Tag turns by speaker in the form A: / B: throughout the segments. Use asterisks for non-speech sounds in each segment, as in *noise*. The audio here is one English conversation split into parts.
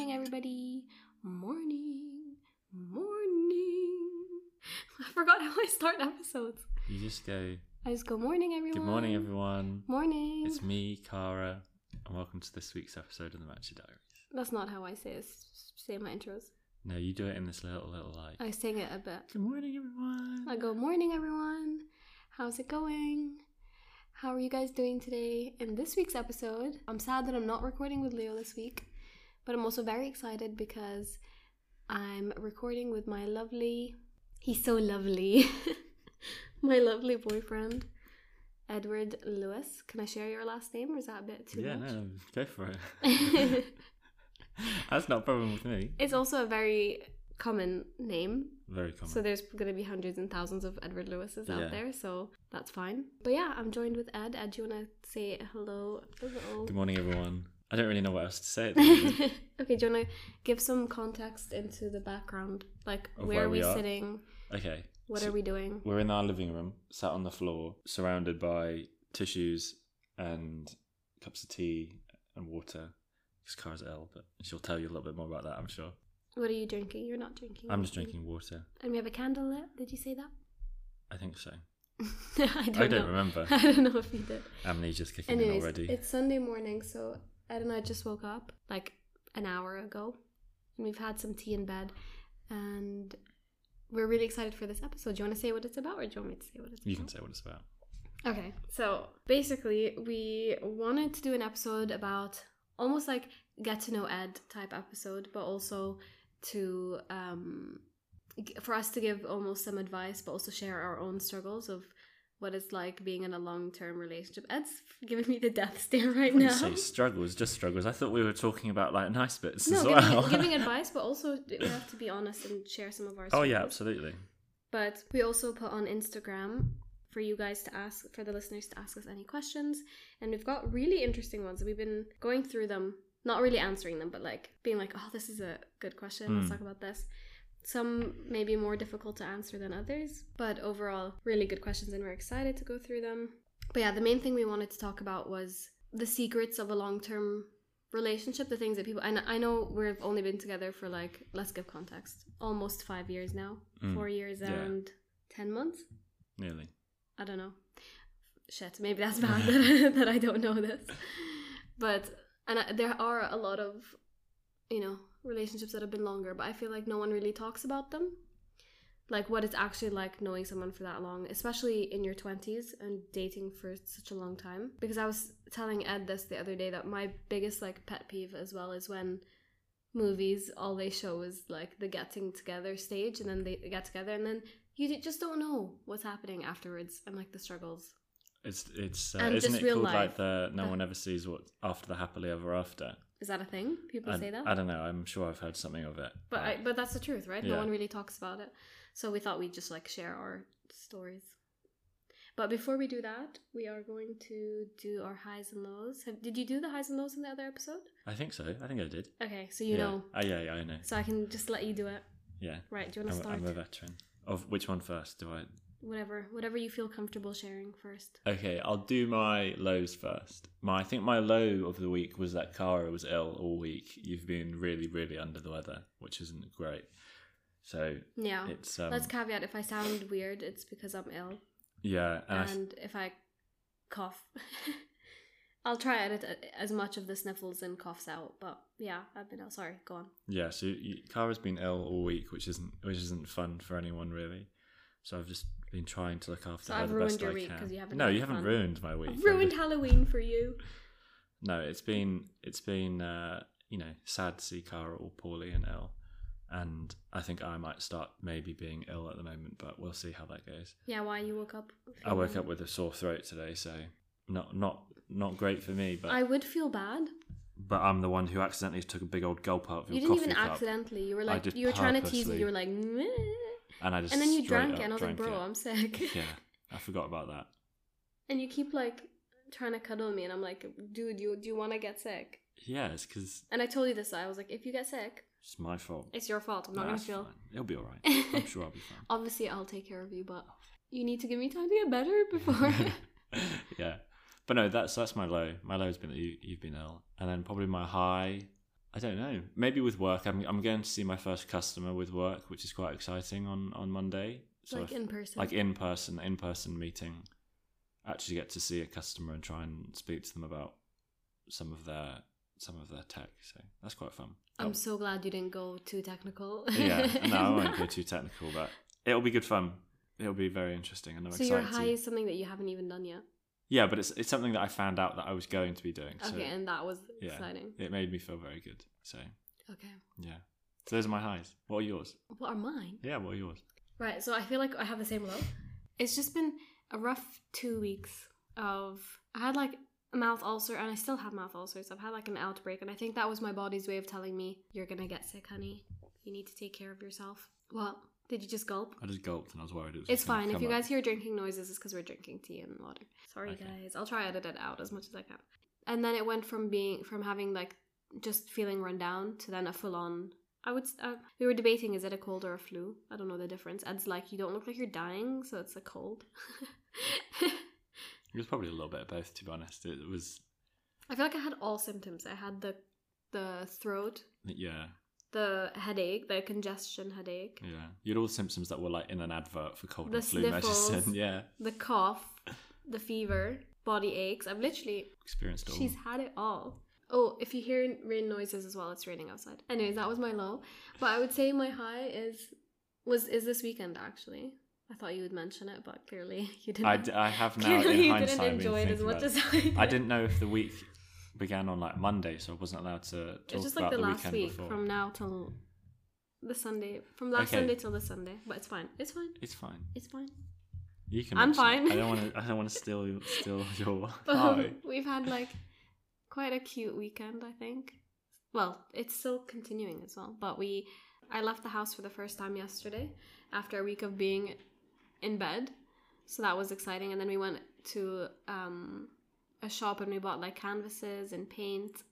A: everybody. Morning. Morning. *laughs* I forgot how I start episodes.
B: You just go,
A: I just go, morning, everyone.
B: Good morning, everyone.
A: Morning.
B: It's me, Cara, and welcome to this week's episode of the Matcha Diaries.
A: That's not how I say it, say my intros.
B: No, you do it in this little, little like,
A: I sing it a bit.
B: Good morning, everyone.
A: I go, morning, everyone. How's it going? How are you guys doing today? In this week's episode, I'm sad that I'm not recording with Leo this week, but I'm also very excited because I'm recording with my lovely, he's so lovely, *laughs* my lovely boyfriend, Edward Lewis. Can I share your last name or is that a bit too
B: yeah,
A: much?
B: no, go for *laughs* it. That's not a problem with me.
A: *laughs* it's also a very common name
B: Very common.
A: So there's going to be hundreds and thousands of Edward Lewises out
B: Yeah.
A: there, so that's fine. But yeah, I'm joined with Ed. Ed, do you want to say hello? a little- *laughs*
B: Good morning, everyone. I don't really know what else to say at the moment
A: okay, do you want to give some context into the background? Like,
B: Of
A: where
B: where
A: are we
B: we are?
A: sitting?
B: okay,
A: What
B: So-
A: are we doing?
B: we're in our living room, sat on the floor, surrounded by tissues and cups of tea and water. Because Cara's ill, but she'll tell you a little bit more about that, I'm sure.
A: What are you drinking? You're not drinking.
B: I'm just drinking water.
A: And we have a candle lit. Did you say that? *laughs*
B: I think so.
A: I don't,
B: I don't
A: know.
B: remember.
A: *laughs* I don't know if you did.
B: Amnesia's kicking in
A: Anyways,
B: already.
A: it's Sunday morning, so Ed and I just woke up like an hour ago, and we've had some tea in bed, and we're really excited for this episode. Do you want to say what it's about, or do you want me to say what it's
B: You can
A: about?
B: say what it's about.
A: Okay, so basically, we wanted to do an episode about almost like get to know Ed type episode, but also to um, g- for us to give almost some advice, but also share our own struggles of what it's like being in a long term relationship. Ed's giving me the death stare right
B: You
A: now.
B: say struggles, just struggles. I thought we were talking about like nice bits
A: No,
B: as
A: giving,
B: well.
A: giving advice, but also we have to be honest and share some of our.
B: *laughs* oh yeah,
A: struggles.
B: absolutely.
A: But we also put on Instagram for you guys to ask, for the listeners to ask us any questions. And we've got really interesting ones. We've been going through them, not really answering them, but like being like, oh, this is a good question. Let's
B: Mm.
A: talk about this. Some may be more difficult to answer than others, but overall, really good questions, and we're excited to go through them. But yeah, the main thing we wanted to talk about was the secrets of a long term relationship, the things that people, and I know we've only been together for like, let's give context, almost five years now,
B: Mm.
A: four years
B: Yeah.
A: and 10 months.
B: Nearly.
A: I don't know. Shit, maybe that's bad *laughs* that, that I don't know this. But, and I, there are a lot of, you know, relationships that have been longer, but I feel like no one really talks about them. Like what it's actually like knowing someone for that long, especially in your 20s and dating for such a long time. Because I was telling Ed this the other day that my biggest, like, pet peeve as well is when movies all they show is like the getting together stage and then they get together and then you d- just don't know what's happening afterwards and like the struggles
B: It's it's uh,
A: And
B: isn't
A: just
B: it
A: real
B: called
A: life.
B: like the no
A: Uh,
B: one ever sees what after the happily ever after.
A: is that a thing people
B: I,
A: say that
B: I don't know. I'm sure I've heard something of it.
A: but I,
B: Like,
A: but that's the truth right no
B: Yeah.
A: one really talks about it so we thought we'd just like share our stories but before we do that we are going to do our highs and lows Have, did you do the highs and lows in the other episode
B: I think so. I think I did.
A: okay so you
B: yeah.
A: know
B: Oh yeah, yeah, I know.
A: so i can just let you do it
B: Yeah.
A: right do you want
B: I'm,
A: to start
B: I'm a veteran. Of which one first? Do I?
A: whatever whatever you feel comfortable sharing first
B: Okay, I'll do my lows first. My I think my low of the week was that Cara was ill all week. You've been really, really under the weather, which isn't great. So
A: yeah
B: it's um,
A: Let's caveat if I sound weird, it's because I'm ill.
B: yeah, and Ah, I,
A: And if I cough, *laughs* I'll try and edit uh, as much of the sniffles and coughs out. But yeah, I've been ill. Sorry, go on.
B: yeah. So you- Cara's been ill all week, which isn't which isn't fun for anyone really. So I've just been trying to look after
A: So
B: her
A: I've
B: the
A: ruined
B: best
A: your
B: I
A: week
B: can.
A: 'cause you haven't
B: no,
A: had
B: you haven't
A: fun.
B: ruined my week.
A: I've
B: I've
A: ruined
B: just-
A: Halloween for you.
B: No, it's been it's been uh, you know sad to see Cara all poorly and ill, and I think I might start maybe being ill at the moment, but we'll see how that goes.
A: Yeah, why you woke up?
B: I woke up with a sore throat today, so not not not great for me. But
A: I would feel bad.
B: but I'm the one who accidentally took a big old gulp out of your
A: You didn't
B: coffee
A: even
B: cup,
A: accidentally. You were
B: I
A: like,
B: just
A: you were trying to tease me.
B: purposely-
A: You were like, "Meh."
B: and I just
A: and then you
B: straight
A: drank
B: up
A: it, and I was like,
B: drank
A: bro, I'm *laughs* sick.
B: it. yeah, I forgot about that.
A: and you keep like trying to cuddle me, and I'm like, dude, you do you want to get sick?
B: Yeah, it's because
A: And I told you this. I was like, if you get sick,
B: it's my fault.
A: it's your fault. I'm not
B: No,
A: gonna
B: that's
A: feel.
B: fine. It'll be
A: *laughs*
B: all right. I'm sure I'll be fine.
A: Obviously, I'll take care of you, but you need to give me time to get
B: *laughs*
A: better before. *laughs*
B: yeah, but no, that's that's my low. My low has been that you you've been ill, and then probably my high. I don't know. Maybe with work. I'm I'm going to see my first customer with work, which is quite exciting on on Monday.
A: *laughs*
B: So
A: like
B: if-
A: in person.
B: like in person, in person meeting. Actually, get to see a customer and try and speak to them about some of their some of their tech. So that's quite fun. Oh,
A: I'm so glad you didn't go too technical. *laughs*
B: yeah, no, I won't go too technical, but it'll be good fun. It'll be very interesting, and I'm
A: So your
B: excited.
A: high is something that you haven't even done yet.
B: Yeah, but it's it's something that I found out that I was going to be doing. So
A: okay, and that was
B: yeah.
A: exciting.
B: it made me feel very good. So
A: Okay.
B: yeah, so those are my highs. What are yours?
A: What are mine?
B: Yeah, what are yours?
A: Right, so I feel like I have the same low. It's just been a rough two weeks of I had like a mouth ulcer and I still have mouth ulcers. I've had like an outbreak and I think that was my body's way of telling me, You're gonna get sick, honey. You need to take care of yourself. What? Did you just gulp?
B: I just gulped and I was worried it was.
A: It's
B: gonna
A: fine. If
B: come
A: you
B: up.
A: guys hear drinking noises, it's because we're drinking tea and water. Sorry,
B: Okay.
A: guys. I'll try edit it out as much as I can. And then it went from being from having like just feeling run down to then a full on. I would. s- Uh, we were debating is it a cold or a flu? I don't know the difference. Ed's like you don't look like you're dying, so it's a cold. *laughs*
B: it was probably a little bit of both. To be honest, it was
A: I feel like I had all symptoms. I had the the throat,
B: yeah,
A: the headache, the congestion headache,
B: yeah. You had all the symptoms that were like in an advert for cold
A: The
B: and flu
A: sniffles.
B: medicine. *laughs* Yeah,
A: the cough, the fever, body aches. I've literally
B: experienced it all.
A: She's had it all. Oh, if you hear rain noises as well, it's raining outside. Anyways, that was my low. But I would say my high is was is this weekend actually. I thought you would mention it, but clearly *laughs* you didn't.
B: I, d- I have
A: *laughs*
B: now
A: clearly
B: in
A: you didn't
B: hindsight been
A: enjoy it as
B: thinking
A: much
B: about
A: as I did.
B: I didn't know if the week began on like Monday, so I wasn't allowed to talk
A: It's just like
B: about
A: the, last
B: weekend
A: week
B: before.
A: from now till the Sunday, from last
B: Okay.
A: Sunday till this Sunday. But it's fine. It's fine.
B: It's fine.
A: It's fine.
B: You can.
A: I'm
B: mention it.
A: fine. Oh.
B: I don't want to. I don't want to steal your-
A: *laughs*
B: steal your.
A: But
B: high.
A: Um, *laughs* we've had like quite a cute weekend, I think. Well, it's still continuing as well, but we I left the house for the first time yesterday after a week of being in bed. So that was exciting and then we went to um a shop and we bought like canvases and paint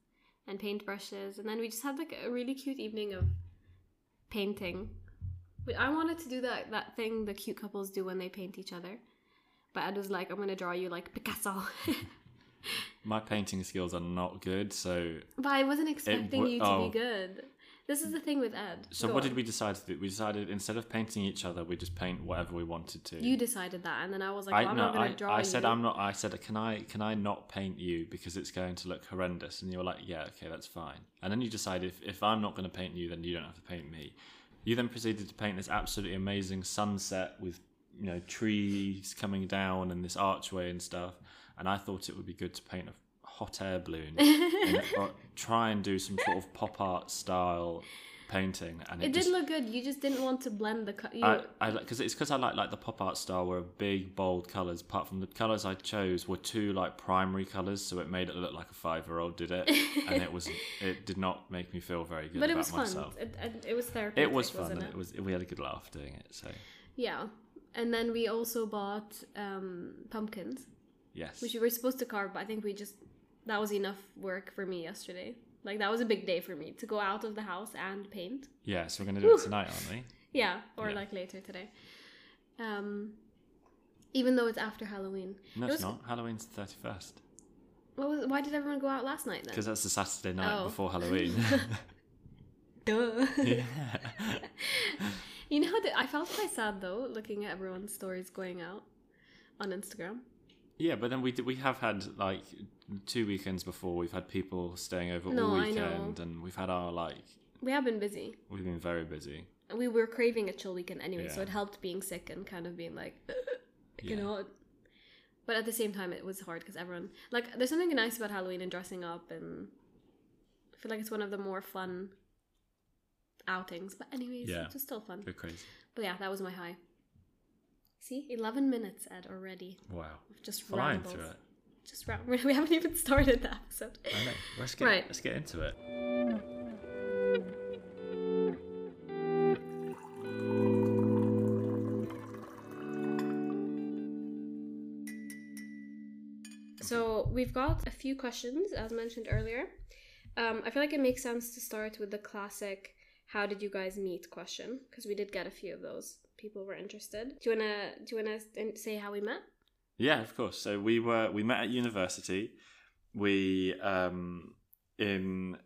A: and paintbrushes and then we just had like a really cute evening of painting. But I wanted to do that that thing the cute couples do when they paint each other. But Ed was like, I'm gonna draw you like Picasso. *laughs*
B: My painting skills are not good, so
A: But I wasn't expecting
B: wa-
A: you to
B: oh.
A: be good. This is the thing with Ed.
B: so
A: Go
B: what did
A: on.
B: we decide to do? We decided instead of painting each other, we just paint whatever we wanted to.
A: You decided that, and then I was like,
B: I
A: well, I'm
B: no,
A: not gonna
B: I,
A: draw
B: I said
A: you.
B: I'm not. I said can I can I not paint you because it's going to look horrendous? And you were like, yeah, okay, that's fine. And then you decided if, if I'm not going to paint you, then you don't have to paint me. You then proceeded to paint this absolutely amazing sunset with you know trees coming down and this archway and stuff. And I thought it would be good to paint a hot
A: *laughs*
B: air balloon and or try and do some sort of pop art style painting. And it,
A: It did
B: just,
A: look good. You just didn't want to blend the. Co- you,
B: I, I because it's because I like like the pop art style where big bold colors. Apart from the colors I chose were two like primary colors, so it made it look like a five year old did it,
A: *laughs*
B: and it was it did not make me feel very good
A: but
B: about
A: it was fun.
B: myself.
A: It, it, it was therapeutic.
B: It was fun,
A: wasn't
B: and
A: it?
B: it was we had a good laugh doing it. So
A: Yeah, and then we also bought um, pumpkins,
B: yes,
A: which we were supposed to carve, but I think we just that was enough work for me yesterday. Like that was a big day for me to go out of the house and paint.
B: yeah. So we're gonna do it tonight, aren't we?
A: Yeah, or
B: Yeah.
A: like later today. Um, even though it's after Halloween.
B: No,
A: It
B: it's
A: was-
B: not. Halloween's the thirty first
A: What was, why did everyone go out last night then?
B: because that's the Saturday night
A: Oh.
B: before Halloween.
A: *laughs*
B: *laughs*
A: Duh.
B: yeah.
A: *laughs* you know how the- I felt quite sad though, looking at everyone's stories going out on Instagram.
B: yeah, but then we did, we have had like two weekends before. We've had people staying over
A: No,
B: all
A: I know.
B: weekend, and we've had our like
A: We have been busy.
B: We've been very busy.
A: We were craving a chill weekend anyway, so
B: Yeah.
A: it helped being sick and kind of being like, *laughs* you
B: Yeah.
A: know. But at the same time, it was hard because everyone like there's something nice about Halloween and dressing up, and I feel like it's one of the more fun outings. But anyways,
B: Yeah.
A: it's still fun.
B: We're crazy.
A: But yeah, that was my high. See, eleven minutes Ed already.
B: Wow.
A: Just
B: Flying
A: rambles.
B: through it.
A: Just round. *laughs* We haven't even started the episode.
B: I know. Let's get
A: Right.
B: let's get into it.
A: So we've got a few questions, as mentioned earlier. Um, I feel like it makes sense to start with the classic "How did you guys meet?" question because we did get a few of those. People were interested. Do you wanna do you wanna say how we met?
B: Yeah, of course. So we were we met at university. We um in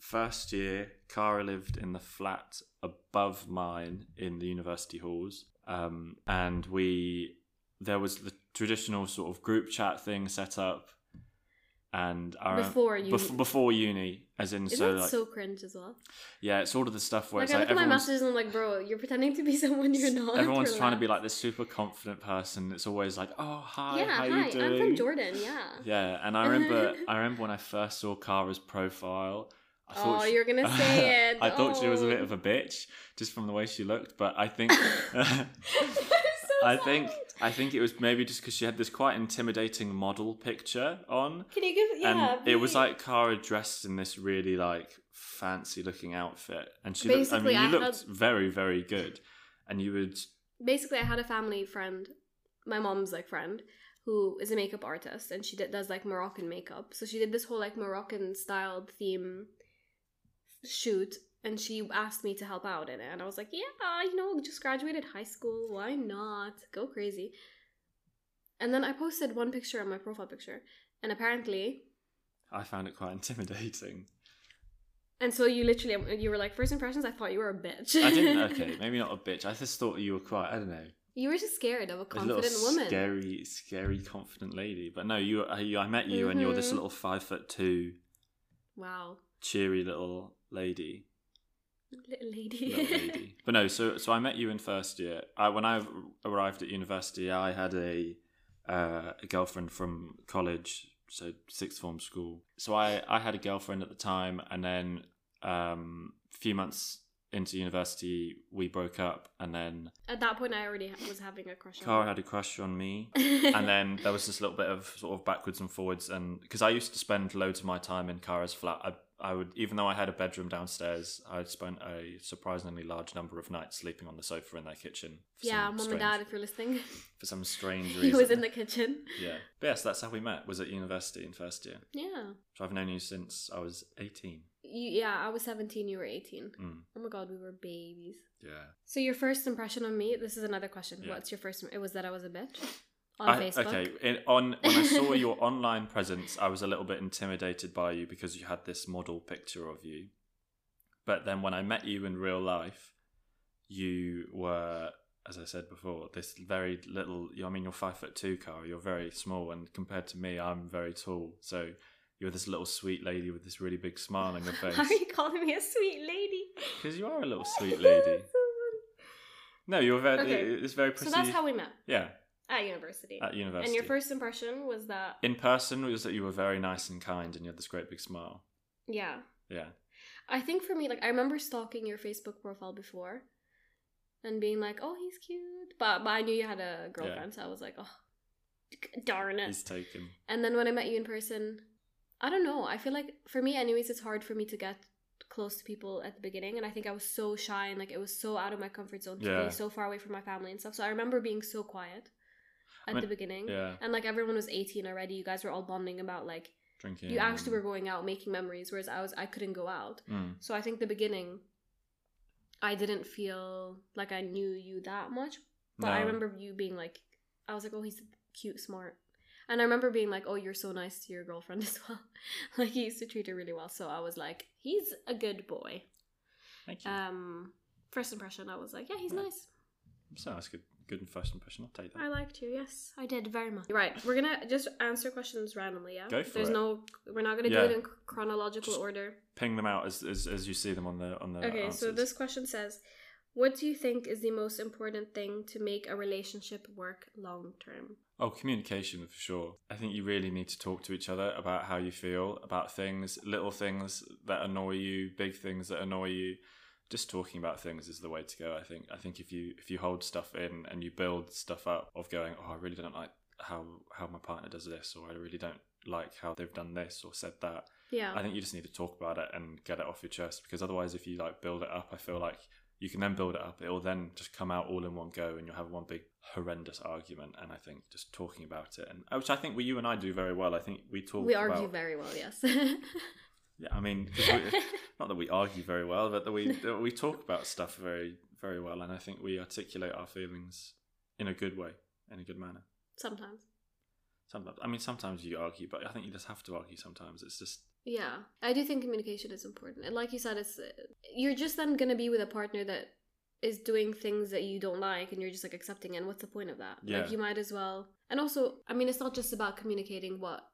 B: first year, Cara lived in the flat above mine in the university halls, um, and we there was the traditional sort of group chat thing set up, and our
A: Before uni.
B: bef- Uh, before uni, as in
A: Isn't
B: so
A: that
B: like
A: so cringe as well?
B: yeah, it's all of the stuff where
A: Like,
B: it's
A: I
B: like
A: look at my
B: everyone's,
A: masters and I'm like, bro, you're pretending to be *laughs* someone you're not.
B: everyone's trying to be
A: relax.
B: like this super confident person. It's always like, oh hi,
A: yeah,
B: how
A: hi,
B: you doing?
A: I'm from Jordan. Yeah.
B: Yeah, and I
A: *laughs*
B: remember I remember when I first saw Kara's profile. I
A: Oh,
B: she- *laughs*
A: you're gonna say it.
B: I thought she was a
A: Oh.
B: bit of a bitch just from the way she looked, but I
A: *laughs*
B: think *laughs*
A: So
B: I think
A: sad.
B: I think it was maybe just because she had this quite intimidating model picture on,
A: Can you give? Yeah.
B: and it was
A: please.
B: like Kara dressed in this really like fancy looking outfit, and she looked, I
A: Basically,
B: mean, you
A: I
B: looked very very good, and you would
A: basically I had a family friend, my mom's like friend, who is a makeup artist and she did, does like Moroccan makeup. So she did this whole like Moroccan styled theme shoot and she asked me to help out in it and I was like, "Yeah, you know, just graduated high school, why not? Go crazy." And then I posted one picture on my profile picture and apparently
B: I found it quite *laughs* intimidating.
A: and so you literally you were like first impressions I thought you were a bitch.
B: I
A: *laughs*
B: didn't okay, maybe not a bitch. I just thought you were quite I don't know.
A: you were just scared of a
B: a little
A: confident woman.
B: scary, scary, confident lady. But no, you, I, you, I met you, and you're this
A: Mhm.
B: little five foot two,
A: Wow.
B: cheery little
A: *laughs*
B: lady,
A: Little lady.
B: little lady. But no, so so I met you in first year. I, when I arrived at university, I had a uh, a girlfriend from college, so sixth form school. So I I had a girlfriend at the time, and then um, a few months into university, we broke up, and then
A: *laughs* At that point, I already ha- was having a crush on *laughs*
B: Cara
A: her.
B: had a crush on me. and then there was this little bit of sort of backwards and forwards and because i used to spend loads of my time in kara's flat I, I would even though i had a bedroom downstairs i spent a surprisingly large number of nights sleeping on the sofa in their kitchen for
A: yeah,
B: some
A: mom and
B: strange,
A: dad, if you're listening, *laughs*
B: for some strange reason
A: he was in the kitchen.
B: yeah but yes that's how we met was at university in first year
A: Yeah.
B: so i've known you since i was 18
A: You, yeah, I was 17, you were 18.
B: Mm,
A: Oh my god, we were babies.
B: yeah
A: So, your first impression on me, this is another question.
B: Yeah.
A: What's your first? It was that I was a bitch on
B: I,
A: Facebook. *laughs*
B: okay in, on when i saw your online presence i was a little bit intimidated by you because you had this model picture of you but then when i met you in real life you were as i said before this very little i mean you're five foot two car you're very small and compared to me i'm very tall so you're this little sweet lady with this really big
A: *laughs*
B: smile on your
A: How are
B: face
A: you calling me a sweet lady?
B: because you are a *laughs* little sweet lady
A: *laughs* So funny.
B: no you're
A: *laughs*
B: very
A: Okay.
B: it's very
A: so,
B: pretty
A: that's how we met
B: yeah
A: at university.
B: at university
A: and your first impression was that,
B: in person was that you were very nice and kind and you had this great big smile.
A: yeah.
B: Yeah.
A: I think for me, like I remember stalking your Facebook profile before, and being like, "Oh, he's cute," but but I knew you had a girlfriend, so I was like, "Oh, d- darn it!"
B: He's taken.
A: And then when I met you in person, I don't know. I feel like for me, anyways, it's hard for me to get close to people at the beginning, and I think I was so shy and like it was so out of my comfort zone to
B: Yeah.
A: be so far away from my family and stuff. So I remember being so quiet at
B: mean,
A: the beginning.
B: Yeah.
A: And like everyone was 18 already, you guys were all bonding about like
B: Drinking.
A: you actually were
B: and-
A: going out making memories, whereas I was I couldn't go out.
B: Mm.
A: So I think the beginning, I didn't feel like I knew you that much, but I
B: No.
A: remember you being like, I was like, oh, he's cute, smart. And I remember being like, oh, you're so nice to your girlfriend *laughs* as well. like, he used to treat her really well. So I was like, he's a good boy.
B: Thank you.
A: Um, first impression, I was like, yeah, he's
B: Yeah.
A: nice.
B: so that's good. Good first impression. I'll take that.
A: I liked you. Yes, I did very much. Right, we're gonna just answer questions randomly. Yeah,
B: Go for
A: there's
B: it.
A: no, we're not gonna
B: Yeah.
A: do it in cr- chronological
B: Just-
A: order.
B: Ping them out as, as as you see them on the on the.
A: Okay, so
B: answers.
A: this question says, "What do you think is the most important thing to make a relationship work long term?"
B: Oh, communication for sure. I think you really need to talk to each other about how you feel about things, little things that annoy you, big things that annoy you. Just talking about things is the way to go. I think. I think if you if you hold stuff in and you build stuff up of going, oh, I really don't like how how my partner does this, or I really don't like how they've done this or said that.
A: Yeah,
B: I think you just need to talk about it and get it off your chest because otherwise, if you like build it up, I feel like you can then build it up. It will then just come out all in one go, and you'll have one big horrendous argument. And I think just talking about it, and which I think we, you and I do very well. I think we talk.
A: we argue
B: about-
A: very well.
B: *laughs*
A: Yes. *laughs*
B: Yeah, I mean, 'cause we, *laughs* not that we argue very well, but that we that we talk about stuff very very well, and I think we articulate our feelings in a good way, in a good manner.
A: Sometimes
B: Sometimes, I mean, sometimes you argue, but I think you just have to argue. Sometimes it's just
A: Yeah, I do think communication is important. And like you said, it's you're just then gonna be with a partner that is doing things that you don't like, and you're just like accepting. it. And what's the point of that?
B: Yeah.
A: Like you might as well. And also, I mean, it's not just about communicating what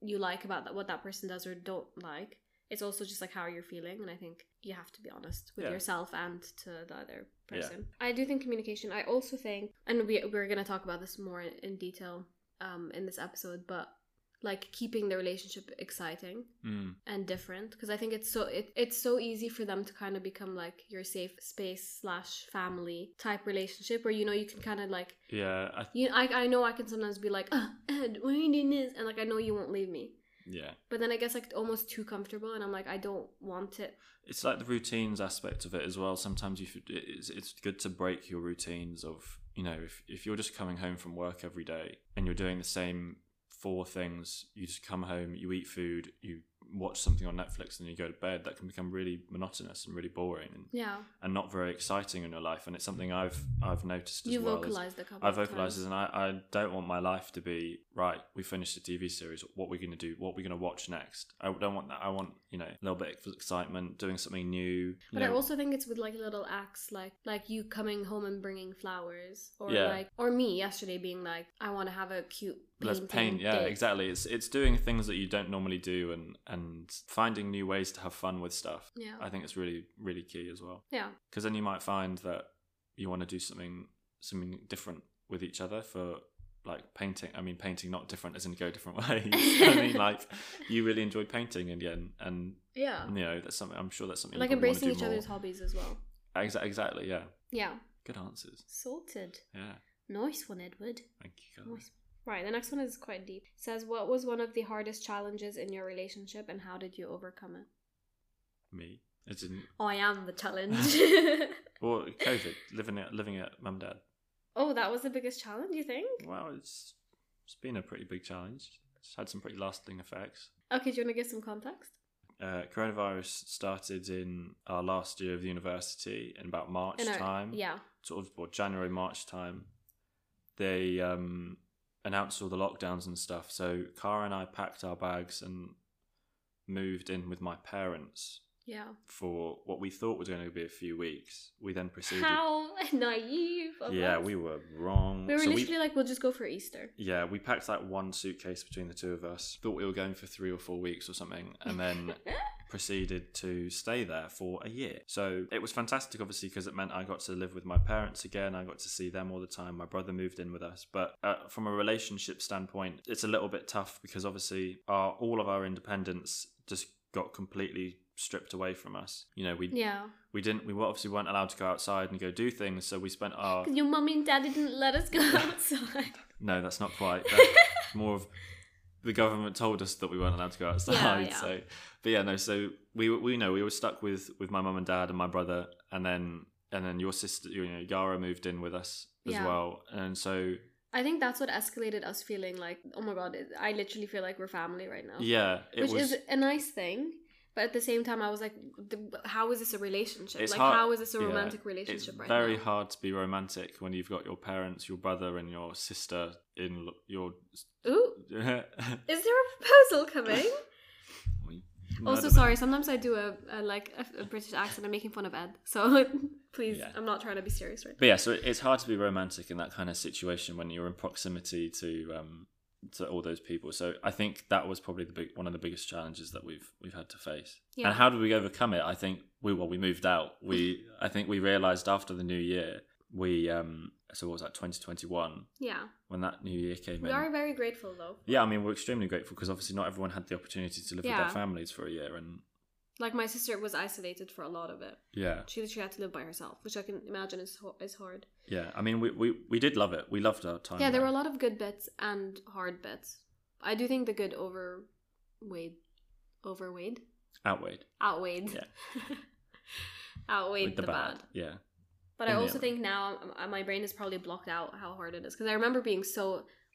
A: you like about that, what that person does or don't like. It's also just like how you're feeling, and I think you have to be honest with
B: Yeah.
A: yourself and to the other
B: Yeah.
A: person. I do think communication. I also think, and we we're gonna talk about this more in, in detail um, in this episode, but like keeping the relationship exciting
B: Mm.
A: and different because i think it's so it, it's so easy for them to kind of become like your safe space slash family type relationship where you know you can kind of like
B: Yeah. I
A: you I, I know i can sometimes be like oh, *laughs* ed why are you doing this and like i know you won't leave me
B: yeah.
A: but then i guess like almost too comfortable and i'm like i don't want it
B: It's like the routines aspect of it as well. Sometimes you should, it's, it's good to break your routines of, you know, if, if you're just coming home from work every day and you're doing the same four things, you just come home, you eat food, you watch something on Netflix and you go to bed, that can become really monotonous and really boring and,
A: yeah
B: and not very exciting in your life. And it's something I've, I've noticed as
A: you
B: well. is-
A: vocalized a couple
B: I
A: of
B: vocalize
A: times.
B: this, and I, I don't want my life to be right. We finished the TV series. What we're going to do? What we're going to watch next? I don't want that. I want you know a little bit of excitement, doing something new. you
A: But I
B: know.
A: also think it's with like little acts, like like you coming home and bringing flowers, or
B: Yeah.
A: like or me yesterday being like, I want to have a cute
B: Let's
A: painting.
B: paint, yeah,
A: day.
B: exactly. It's it's doing things that you don't normally do, and and finding new ways to have fun with stuff.
A: Yeah,
B: I think it's really really key as well,
A: yeah,
B: because then you might find that you want to do something something different with each other for like painting. I mean, painting not different as in go different *laughs* ways. I
A: *laughs*
B: mean, like you really enjoy painting, and yeah, and- and
A: yeah.
B: you know that's something i'm sure that's something
A: like
B: you probably
A: embracing
B: wanna
A: each
B: do
A: other's
B: more.
A: hobbies as well.
B: Exa- exactly yeah
A: Yeah.
B: good answers
A: Sorted.
B: yeah
A: Nice one, Edward.
B: thank you guys
A: Nice. Right, the next one is quite deep. It says, What was one of the hardest challenges in your relationship and how did you overcome it?
B: me it didn't
A: I am the challenge.
B: *laughs*
A: *laughs*
B: well covid living at living at mum dad
A: oh, that was the biggest challenge, you think?
B: well it's it's been a pretty big challenge it's had some pretty lasting effects
A: Okay, do you want to give some context?
B: uh, coronavirus started in our last year of university in about march
A: In our-
B: time
A: Yeah.
B: sort of well, January March time, they um, announced all the lockdowns and stuff. So Cara and I packed our bags and moved in with my parents
A: Yeah.
B: for what we thought was going to be a few weeks. We then proceeded.
A: How *laughs* naive. Of
B: yeah,
A: us.
B: we were wrong.
A: We were
B: So we-
A: literally like, We'll just go for Easter.
B: yeah, we packed like one suitcase between the two of us. Thought we were going for three or four weeks or something, and then proceeded to stay there for a year. So it was fantastic, obviously, because it meant I got to live with my parents again. I got to see them all the time. My brother moved in with us. But uh, from a relationship standpoint, it's a little bit tough because obviously our all of our independence just got completely stripped away from us. You know, we
A: yeah.
B: we didn't we obviously weren't allowed to go outside and go do things. So we spent our
A: Because your mummy and daddy didn't let us
B: *laughs*
A: go outside.
B: no, that's not
A: *laughs*
B: quite. That's more of the government told us that we weren't allowed to go outside.
A: yeah.
B: So, but yeah, no. So we were- we know we were stuck with with my mum and dad and my brother, and then and then your sister, you know, Yara moved in with us as
A: Yeah.
B: well, and so
A: I think that's what escalated us feeling like, oh my god, it- I literally feel like we're family right now.
B: yeah,
A: Oh.
B: it
A: Which
B: was.
A: is a nice thing, but at the same time, I was like, th- how is this a relationship?
B: It's
A: like,
B: hard-
A: how is this a
B: yeah,
A: romantic
B: it's
A: relationship right
B: very
A: now?
B: hard to be romantic when you've got your parents, your brother, and your sister in l- your.
A: Ooh,
B: *laughs* Well,
A: is there a proposal
B: *laughs*
A: coming?
B: you- no, I
A: also,
B: don't know.
A: sorry, sometimes I do a, a like a, a British accent. I'm making fun of Ed, so *laughs* please,
B: Yeah.
A: I'm not trying to be serious right now.
B: But yeah, so it- it's hard to be romantic in that kind of situation when you're in proximity to um, to all those people. So I think that was probably the big one of the biggest challenges that we've we've had to face.
A: Yeah.
B: And how did we overcome it? I think we well we moved out. We I think we realized after the new year we um so what was that 2021
A: Yeah,
B: when that new year came
A: we
B: in.
A: are very grateful though.
B: yeah, I mean we're extremely grateful because obviously not everyone had the opportunity to live with
A: Yeah.
B: their families for a year and
A: Like my sister was isolated for a lot of it.
B: yeah.
A: She literally had to live by herself, which I can imagine is ho- is hard.
B: Yeah, I mean we, we we did love it. We loved our time.
A: Yeah, there
B: there.
A: were a lot of good bits and hard bits. I do think the good overweighed, overweighed,
B: outweighed
A: outweighed,
B: Yeah.
A: *laughs* outweighed
B: with the, bad. Yeah.
A: But I
B: In the
A: also
B: end.
A: think now um, uh, my brain is probably blocked out how hard it is because I remember being so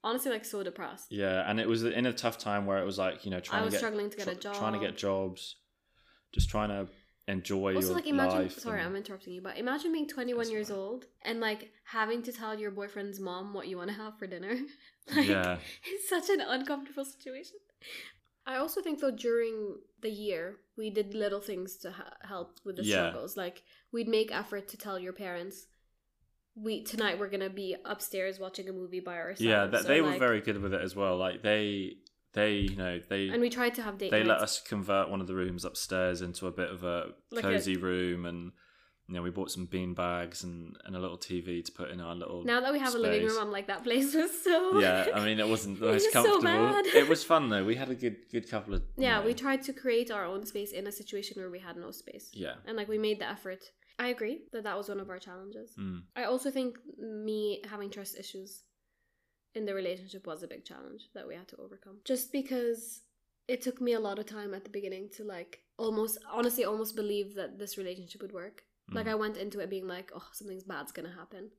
A: honestly like so depressed.
B: Yeah, and it was in a tough time where it was like you know trying
A: I was
B: to get,
A: struggling to get a
B: tr-
A: job,
B: trying to get jobs, just trying to enjoy
A: Also,
B: your
A: like imagine.
B: life.
A: Sorry,
B: *laughs* and-
A: I'm interrupting you, but imagine being 21
B: That's
A: years
B: fine.
A: old and like having to tell your boyfriend's mom what you want to have for dinner. *laughs* like,
B: yeah,
A: It's such an uncomfortable situation. I also think though during the year we did little things to ha- help with the
B: Yeah.
A: struggles. Like we'd make effort to tell your parents, we tonight we're gonna be upstairs watching a movie by ourselves.
B: yeah, that,
A: So,
B: they were
A: like-
B: very good with it as well. Like they, they, you know, they
A: And we tried to have date
B: they
A: nights.
B: let us convert one of the rooms upstairs into a bit of a
A: Like a-
B: cozy room, and you know, we bought some bean bags and and a little TV to put in our little.
A: Now that we have a living
B: space.
A: room, I'm like that place was so.
B: yeah,
A: *laughs*
B: I mean, it wasn't the
A: It
B: most
A: was so
B: comfortable.
A: bad.
B: It was fun though. We had a good good couple of. you
A: yeah,
B: know,
A: we tried to create our own space in a situation where we had no space,
B: yeah.
A: and like we made the effort. I agree that that was one of our challenges.
B: Mm.
A: I also think me having trust issues in the relationship was a big challenge that we had to overcome. Just because it took me a lot of time at the beginning to like almost honestly almost believe that this relationship would work. Like
B: Mm.
A: I went into it being like, oh, something's bad's gonna happen.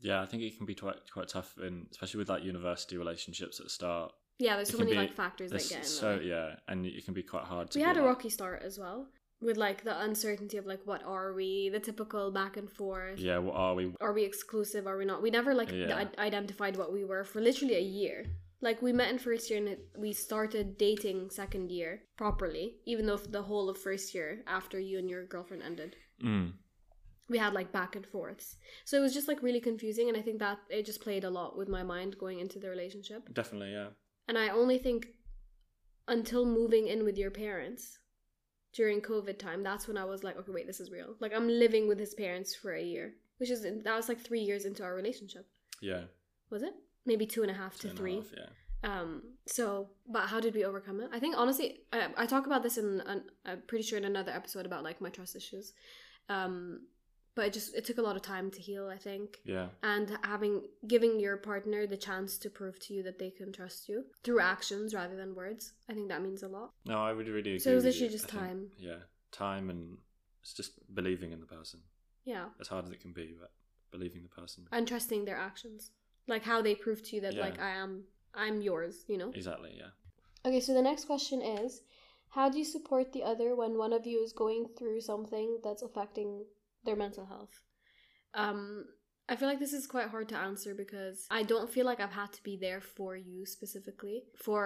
B: Yeah, I think it can be quite quite tough, in, especially with like university relationships at the start.
A: Yeah, there's
B: It
A: so
B: can
A: many
B: be-
A: like factors that
B: There's
A: get in. the
B: so
A: way.
B: yeah, and it can be quite hard. to
A: we
B: be
A: had a
B: like-
A: rocky start as well with like the uncertainty of like what are we, the typical back and forth.
B: Yeah, what are we?
A: are we exclusive are we not we never like
B: Yeah.
A: i- identified what we were for literally a year like we met in first year and it- we started dating second year properly even though the whole of first year after you and your girlfriend ended
B: Mm.
A: we had like back and forths so it was just like really confusing and i think that it just played a lot with my mind going into the relationship
B: Definitely, yeah.
A: and i only think until moving in with your parents during covid time that's when i was like okay wait this is real like i'm living with his parents for a year which is that was like three years into our relationship
B: Yeah.
A: was it maybe two and a half
B: two
A: to
B: and a
A: three
B: half, yeah.
A: um so but how did we overcome it i think honestly i, I talk about this in an, i'm pretty sure in another episode about like my trust issues um but it just it took a lot of time to heal i think
B: Yeah.
A: and having giving your partner the chance to prove to you that they can trust you through actions rather than words i think that means a lot
B: No, I really, really agree.
A: So it was
B: with
A: literally
B: you,
A: just
B: I think.
A: time.
B: yeah, time, and it's just believing in the person.
A: yeah
B: As hard as it can be, but believing the person.
A: and trusting their actions like how they prove to you that
B: Yeah.
A: like i am i'm yours you know
B: Exactly. Yeah.
A: Okay, so the next question is How do you support the other when one of you is going through something that's affecting their mental health? Um, I feel like this is quite hard to answer because I don't feel like I've had to be there for you specifically for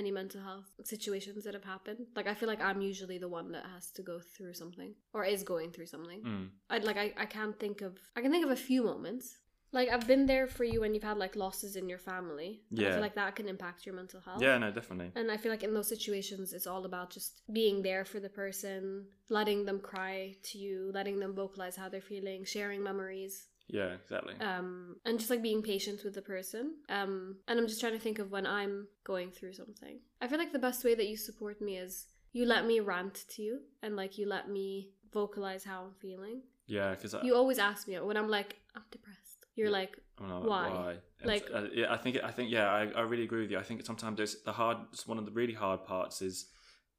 A: any mental health situations that have happened. Like, I feel like I'm usually the one that has to go through something or is going through something.
B: Mm.
A: I like I, I can't think of I can think of a few moments. Like I've been there for you when you've had like losses in your family. And I
B: Yeah.
A: feel like that can impact your mental health.
B: Yeah. No, definitely.
A: And I feel like in those situations, it's all about just being there for the person, letting them cry to you, letting them vocalize how they're feeling, sharing memories,
B: Yeah. Exactly.
A: um, and just like being patient with the person. Um, and I'm just trying to think of when I'm going through something. I feel like the best way that you support me is you let me rant to you and like you let me vocalize how I'm feeling.
B: yeah, because I,
A: You always ask me when I'm like, I'm depressed. You're
B: Uh, Yeah.
A: like,
B: I'm like,
A: why?
B: why?
A: Like-
B: Like, uh, yeah, I think, I think, yeah, I, I really agree with you. I think sometimes it's the hard, it's one of the really hard parts is,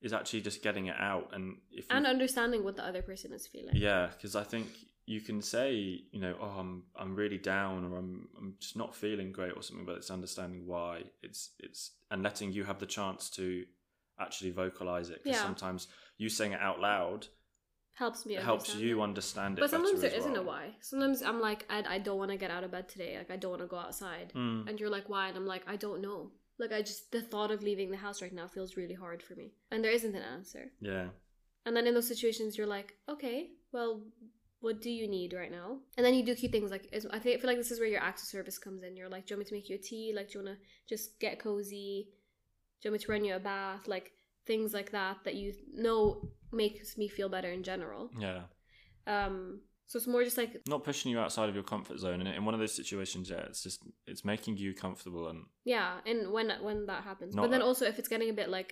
B: is actually just getting it out, and if you
A: and understanding what the other person is feeling.
B: Yeah, because I think you can say, you know, oh, I'm I'm really down, or I'm I'm just not feeling great, or something. But it's understanding why it's it's and letting you have the chance to actually vocalize it. Because
A: Yeah.
B: sometimes you saying it out loud
A: Helps me.
B: it helps
A: understand
B: you
A: it.
B: understand it.
A: But
B: better
A: sometimes there
B: as
A: isn't a
B: well.
A: why. Sometimes I'm like, I, I don't want to get out of bed today. Like, I don't want to go outside.
B: Mm,
A: And you're like, why? And I'm like, I don't know. Like, I just, the thought of leaving the house right now feels really hard for me. And there isn't an answer.
B: yeah,
A: And then in those situations, you're like, okay, well, what do you need right now? And then you do cute things like, is- I think- I feel like this is where your acts of service comes in. You're like, do you want me to make you a tea? Like, do you want to just get cozy? Do you want me to run you a bath? Like, things like that that you know makes me feel better in general.
B: yeah.
A: Um, so it's more just like
B: Not pushing you outside of your comfort zone, and in one of those situations, yeah, it's just it's making you comfortable and
A: Yeah, and when when that happens, but
B: Not
A: then
B: a-
A: also if it's getting a bit like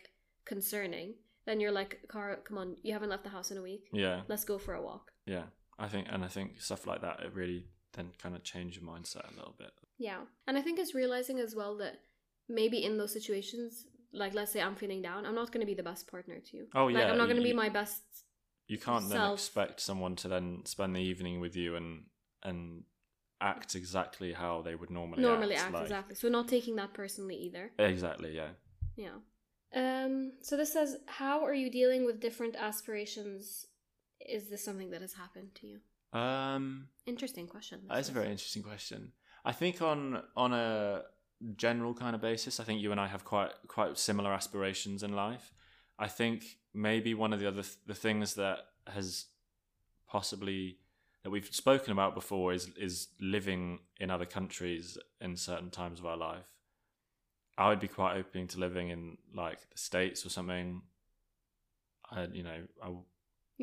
A: concerning, then you're like, "Cara, come on, you haven't left the house in a week.
B: yeah,
A: Let's go for a walk."
B: yeah. I think and I think stuff like that it really then kind of change your mindset a little bit.
A: Yeah, and I think it's realizing as well that maybe in those situations, like let's say I'm feeling down, I'm not going to be the best partner to you.
B: Oh
A: like
B: yeah,
A: I'm not
B: you-
A: going to be
B: you-
A: my best.
B: you can't then
A: self-
B: expect someone to then spend the evening with you and and act exactly how they would normally
A: Normally
B: act,
A: act
B: like-
A: exactly. So not taking that personally either.
B: exactly yeah
A: Yeah. Um. So this says, how are you dealing with different aspirations? Is this something that has happened to you?
B: um
A: Interesting question. this
B: that's a
A: is.
B: very interesting question i think on on a general kind of basis, I think you and I have quite quite similar aspirations in life. I think maybe one of the other th- the things that has possibly that we've spoken about before is is living in other countries in certain times of our life. I would be quite open to living in like the states or something. I you know I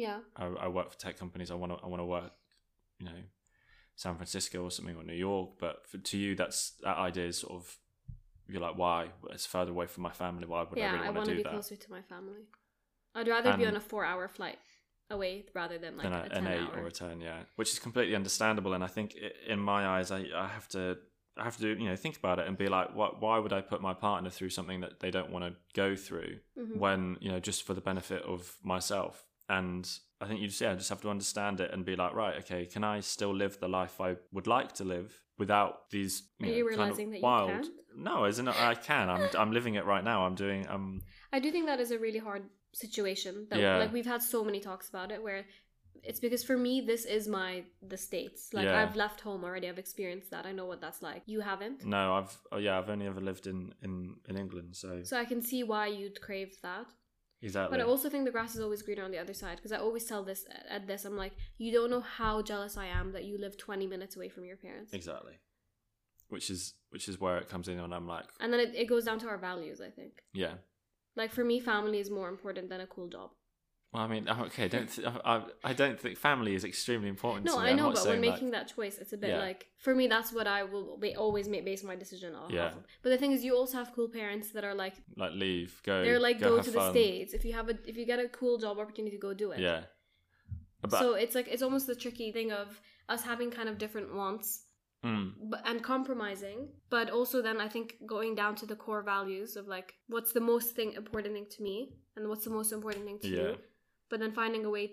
A: Yeah.
B: I, I work for tech companies. I want to I want to work, you know, San Francisco or something or New York. But for, to you, that's that idea is sort of you're like, why? It's further away from my family. Why would
A: yeah,
B: I really
A: I
B: want to do
A: be
B: that?
A: closer to my family. I'd rather be
B: And-
A: on a four hour flight away rather than like
B: than
A: a
B: a, an
A: ten
B: eight
A: hour.
B: or a ten, yeah, which is completely understandable. And I think i in my eyes, I, I have to I have to you know think about it and be like, why why would I put my partner through something that they don't want to go through
A: Mhm.
B: when you know just for the benefit of myself? And I think you just yeah just have to understand it and be like, right, okay, can I still live the life I would like to live without these? You
A: Are
B: know,
A: you
B: kind of
A: realizing that you
B: wild?
A: can't?
B: No, isn't I can. I'm I'm living it right now. I'm doing. um, I'm
A: I do think that is a really hard situation. That,
B: Yeah.
A: Like we've had so many talks about it where it's because for me this is my the states. Like
B: Yeah.
A: I've left home already. I've experienced that. I know what that's like. You haven't.
B: no. I've oh, yeah. I've only ever lived in in in England. So,
A: So I can see why you'd crave that.
B: exactly.
A: But I also think the grass is always greener on the other side because I always tell this at this I'm like you don't know how jealous I am that you live 20 minutes away from your parents.
B: Exactly. Which is which is where it comes in, and I'm like,
A: And then it, it goes down to our values, I think.
B: yeah.
A: Like for me family is more important than a cool job.
B: Well, I mean, oh, okay, don't th- I, I- I don't think family is extremely important.
A: No,
B: to me.
A: I
B: I'm
A: know,
B: not
A: but when
B: saying,
A: making
B: like,
A: that choice, it's a bit
B: Yeah.
A: like for me, that's what I will ba- always make base my decision off.
B: Yeah.
A: of. But the thing is, you also have cool parents that are like
B: like leave, go,
A: they're like go,
B: have
A: to the
B: fun.
A: states. If you have a if you get a cool job opportunity, go do it.
B: Yeah, but
A: so it's like it's almost the tricky thing of us having kind of different wants
B: mm,
A: but, and compromising, but also then I think going down to the core values of like what's the most thing important thing to me and what's the most important thing to
B: Yeah.
A: you, but then finding a way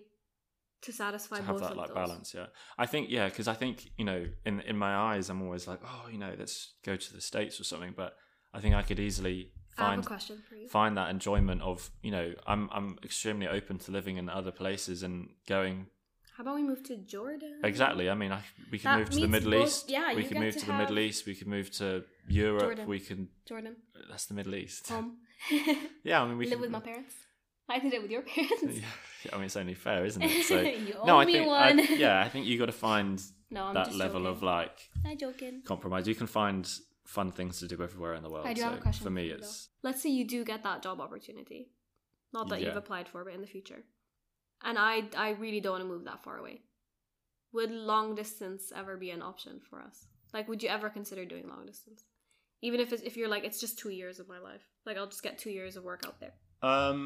A: to satisfy
B: to
A: both
B: have that
A: of
B: like
A: those.
B: balance. Yeah, I think yeah, because I think you know, in in my eyes, I'm always like, oh, you know, let's go to the states or something. But I think I could easily
A: I have
B: find
A: a question for you.
B: find that enjoyment of you know, I'm I'm extremely open to living in other places and going
A: How about we move to Jordan?
B: Exactly. I mean, I, we could
A: Mm-hmm. That
B: move to the
A: means
B: Middle
A: both-
B: East.
A: yeah,
B: we
A: you
B: could
A: get
B: move
A: to
B: to, the Middle
A: have
B: East. We could move to Europe.
A: Jordan.
B: We can. *laughs*
A: Jordan,
B: That's the Middle East.
A: home.
B: *laughs* yeah, I mean,
A: *laughs*
B: we
A: live
B: can
A: with my parents. I did it with your *laughs* parents.
B: *laughs* Yeah, I mean, it's only fair, isn't it? So
A: *laughs* you owe
B: no, I
A: me
B: think I,
A: one. *laughs*
B: yeah, I think you got to find
A: No, I'm
B: that
A: just
B: level
A: joking.
B: of like
A: I'm joking.
B: compromise. You can find fun things to do everywhere in the world.
A: I do
B: so
A: have a question
B: for me.
A: you, though.
B: it's
A: let's say you do get that job opportunity, not that you've
B: Yeah.
A: applied for, but in the future, and I I really don't want to move that far away. Would long distance ever be an option for us? Like, would you ever consider doing long distance? Even if it's, if you're like it's just two years of my life, like I'll just get two years of work out there.
B: um,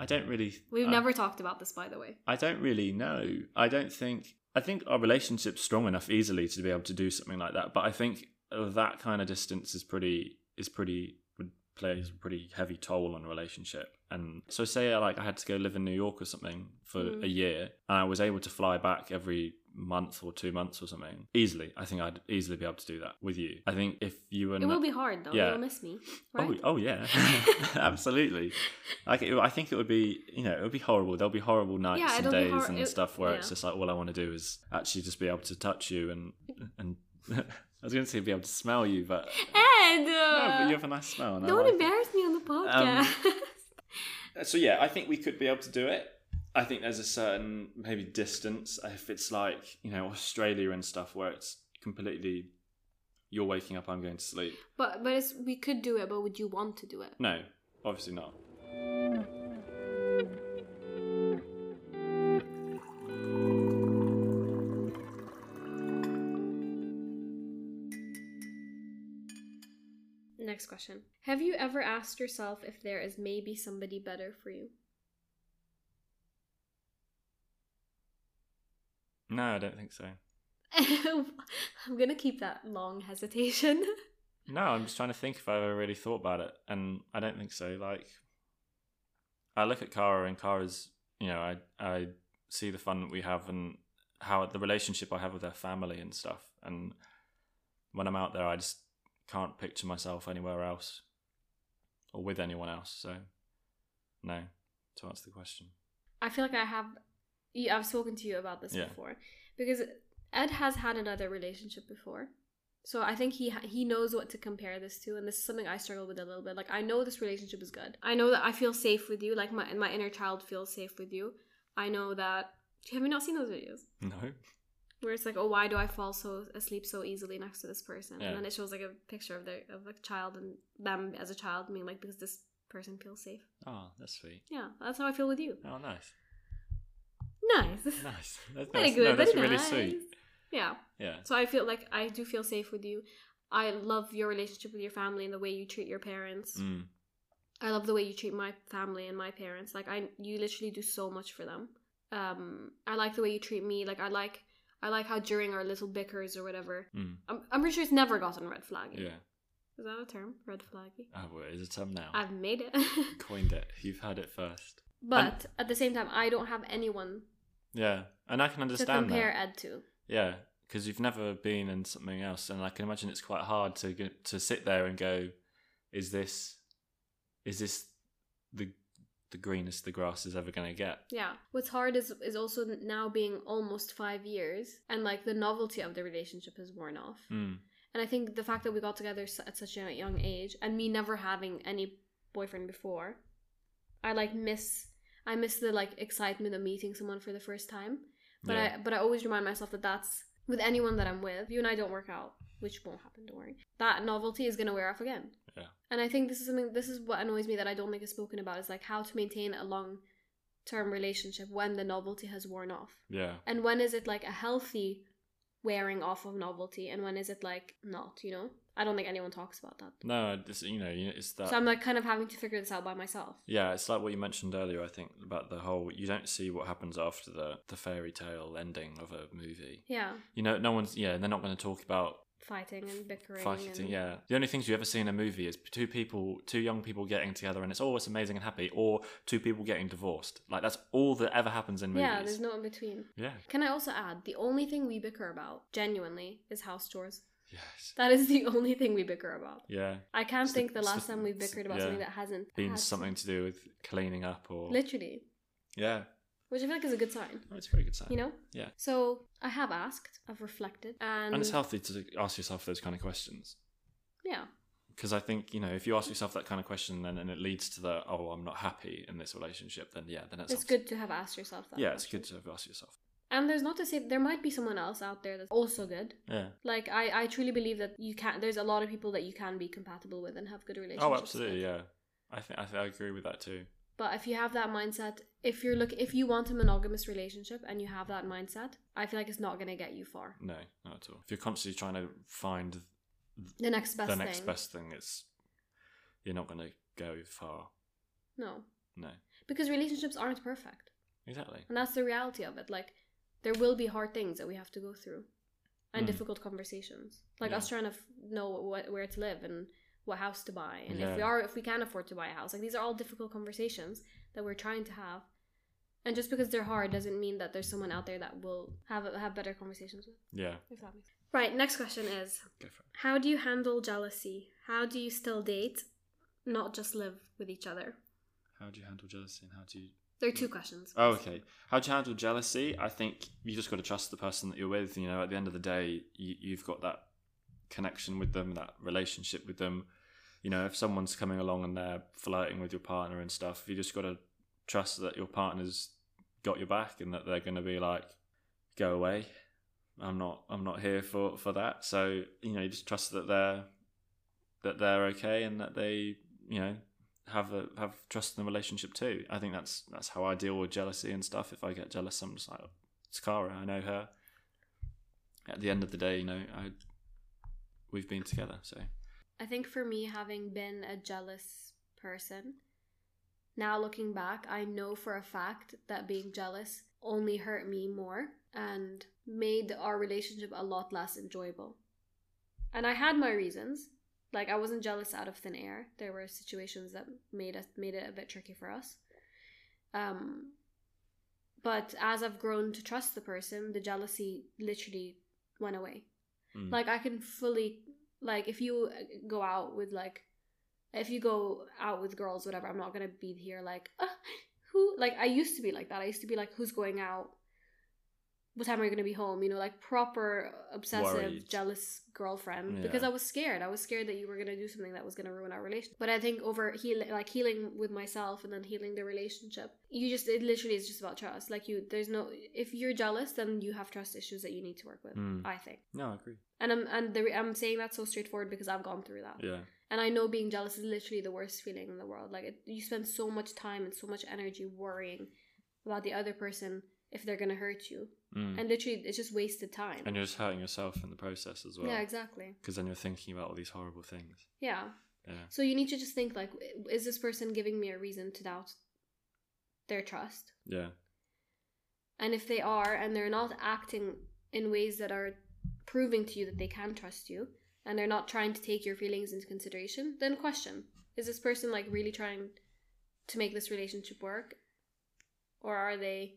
B: I don't really.
A: We've
B: I-
A: never talked about this, by the way.
B: I don't really know. I don't think. I think our relationship's strong enough easily to be able to do something like that. But I think that kind of distance is pretty is pretty would plays a pretty heavy toll on a relationship. And so say uh, like I had to go live in New York or something for
A: Mm.
B: a year, and I was able to fly back every month or two months or something easily. I think I'd easily be able to do that with you. I think if you were
A: It will
B: not-
A: be hard though.
B: yeah.
A: You'll miss me, right?
B: *laughs* Oh,
A: *laughs*
B: oh yeah, *laughs* absolutely. Like it, I think it would be, you know, it would be horrible. There'll be horrible nights
A: Yeah,
B: and
A: it'll be
B: days
A: hor-
B: and
A: it-
B: stuff where it's
A: yeah.
B: just like all I want to do is actually just be able to touch you and and *laughs* I was going to say be able to smell you,
A: *laughs*
B: but
A: Ed,
B: no,
A: uh,
B: but you have Um, a nice smell. And I
A: don't
B: like it. Uh,
A: embarrass me on the podcast. *laughs*
B: So yeah, I think we could be able to do it. I think there's a certain maybe distance if it's like you know Australia and stuff where it's completely you're waking up, I'm going to sleep.
A: but but it's, we could do it. But would you want to do it?
B: No, obviously not.
A: Next question. Have you ever asked yourself if there is maybe somebody better for you? *laughs*
B: No, I don't think so.
A: I'm gonna keep that long hesitation. *laughs*
B: No, I'm just trying to think if I ever really thought about it, and I don't think so. Like, I look at Kara, and Kara's, you know, I I see the fun that we have and how the relationship I have with her family and stuff. And when I'm out there, I just can't picture myself anywhere else or with anyone else. So, no, to answer the question,
A: I feel like I have, y- I've spoken to you about this
B: Yeah.
A: before because Ed has had another relationship before, So I think he ha- he knows what to compare this to, and this is something I struggle with a little bit. Like I know this relationship is good. I know that I feel safe with you. Like my my inner child feels safe with you. I know that. Have you not seen those videos
B: No.
A: where it's like, oh, why do I fall so asleep so easily next to this person?
B: Yeah.
A: And then it shows like a picture of their of a child and them as a child, being like, because this person feels safe.
B: Oh, that's sweet.
A: Yeah, that's how I feel with you.
B: Oh, nice.
A: Nice. *laughs*
B: Nice. That's,
A: Very
B: that's,
A: good.
B: no, that's
A: very
B: really
A: nice.
B: sweet.
A: Yeah.
B: Yeah.
A: So I feel like I do feel safe with you. I love your relationship with your family and the way you treat your parents.
B: Mm.
A: I love the way you treat my family and my parents. Like I you literally do so much for them. Um I like the way you treat me. Like I like I like how during our little bickers or whatever.
B: Mm.
A: I'm, I'm pretty sure it's never gotten red flaggy.
B: Yeah.
A: Is that a term? Red flaggy.
B: Oh, well, it's a term now.
A: I've made it. *laughs*
B: Coined it. You've heard it first.
A: but at the same time I don't have anyone
B: Yeah. And I can
A: to
B: understand
A: compare
B: that.
A: Ed to.
B: Yeah. Because you've never been in something else. And I can imagine it's quite hard to get, to sit there and go, is this, is this the, the greenest the grass is ever going to get?
A: Yeah. What's hard is is also now being almost 5 years and like the novelty of the relationship has worn off.
B: Mm.
A: And I think the fact that we got together s- at such a young age and me never having any boyfriend before, I like miss I miss the like excitement of meeting someone for the first time. But
B: yeah.
A: I but I always remind myself that that's with anyone that I'm with. You and I don't work out, which won't happen, don't worry. That novelty is going to wear off again.
B: Yeah.
A: And I think this is something this is what annoys me that I don't think is spoken about is like how to maintain a long-term relationship when the novelty has worn off.
B: yeah.
A: And when is it like a healthy wearing off of novelty and when is it like not, you know? I don't think anyone talks about that.
B: No, it's, you know, you- it's that.
A: So I'm like kind of having to figure this out by myself.
B: Yeah, it's like what you mentioned earlier. I think about the whole you don't see what happens after the the fairy tale ending of a movie.
A: Yeah.
B: You know, no one's yeah, they're not going to talk about
A: Fighting and bickering.
B: fighting.
A: and,
B: Yeah, the only things you ever see in a movie is two people, two young people getting together, and it's always amazing and happy, or two people getting divorced. Like that's all that ever happens in movies.
A: Yeah, there's no in between.
B: yeah,
A: Can I also add the only thing we bicker about, genuinely, is house chores.
B: yes,
A: That is the *laughs* only thing we bicker about.
B: yeah.
A: I can't
B: It's the-
A: think the
B: it's the-
A: last time we
B: it's-
A: bickered about
B: yeah.
A: something that hasn't
B: Being
A: had-
B: something to do with cleaning up or
A: *laughs* Literally.
B: yeah,
A: Which I feel like is a good sign.
B: oh, it's a very good sign.
A: You know?
B: Yeah.
A: So I have asked, I've reflected, and,
B: and it's healthy to ask yourself those kind of questions.
A: yeah,
B: because I think you know if you ask yourself that kind of question then and it leads to the oh I'm not happy in this relationship then yeah then it's,
A: it's good to have asked yourself that.
B: yeah it's
A: question.
B: good to ask yourself
A: And there's not to say there might be someone else out there that's also good.
B: yeah
A: Like I, I truly believe that you can. There's a lot of people that you can be compatible with and have good relationships.
B: oh
A: with.
B: absolutely yeah I think I, th- I agree with that too
A: But if you have that mindset, if you're look, if you want a monogamous relationship and you have that mindset, I feel like it's not gonna get you far.
B: no not at all if you're constantly trying to find
A: The next best
B: the next
A: thing.
B: best thing it's you're not going to go far
A: No,
B: no
A: because relationships aren't perfect,
B: exactly
A: and that's the reality of it. Like there will be hard things that we have to go through, and
B: Mm.
A: difficult conversations. Like
B: Yeah.
A: us trying to f- know what where to live and what house to buy, and if we
B: Yeah.
A: are if we can afford to buy a house. Like these are all difficult conversations that we're trying to have. And just because they're hard doesn't mean that there's someone out there that will have have better conversations with.
B: yeah
A: If that makes sense. Right. Next question is:
B: go for it
A: How do you handle jealousy? How do you still date, not just live with each other?
B: how do you handle jealousy and how do you
A: There are two questions.
B: Oh, okay. How do you handle jealousy? I think you just got to trust the person that you're with. You know, at the end of the day, you, you've got that connection with them, that relationship with them. You know, if someone's coming along and they're flirting with your partner and stuff, you just got to trust that your partner's got your back and that they're going to be like, "Go away, I'm not, I'm not here for for that." So you know, you just trust that they're that they're okay and that they, you know, have a have trust in the relationship too. I think that's that's how I deal with jealousy and stuff. If I get jealous, I'm just like, it's Cara, I know her. At the end of the day, you know, I we've been together, so
A: I think for me, having been a jealous person, now looking back, I know for a fact that being jealous only hurt me more and made our relationship a lot less enjoyable. And I had my reasons. Like I wasn't jealous out of thin air. There were situations that made us made it a bit tricky for us. Um but as I've grown to trust the person, the jealousy literally went away.
B: Mm.
A: Like I can fully like if you uh, go out with like if you go out with girls whatever i'm not gonna be here like "Ah, who like i used to be like that i used to be like who's going out what time are you going to be home? You know, like proper obsessive,
B: Worried.
A: jealous girlfriend. Because
B: Yeah.
A: I was scared. I was scared that you were going to do something that was going to ruin our relationship. But I think over healing, like healing with myself and then healing the relationship, you just, it literally is just about trust. Like you, there's no, if you're jealous, then you have trust issues that you need to work with,
B: Mm.
A: I think.
B: No, I agree.
A: And I'm, and the, re- I'm saying that so straightforward because I've gone through that.
B: Yeah.
A: And I know being jealous is literally the worst feeling in the world. Like it, you spend so much time and so much energy worrying about the other person if they're gonna hurt you,
B: Mm. And,
A: and literally it's just wasted time.
B: you're just hurting yourself in the process as well.
A: Yeah, exactly.
B: Because then you're thinking about all these horrible things.
A: Yeah.
B: Yeah.
A: So you need to just think like, w- is this person giving me a reason to doubt their trust?
B: Yeah.
A: And if they are, and they're not acting in ways that are proving to you that they can trust you, and they're not trying to take your feelings into consideration, then question: Is this person like really trying to make this relationship work, or are they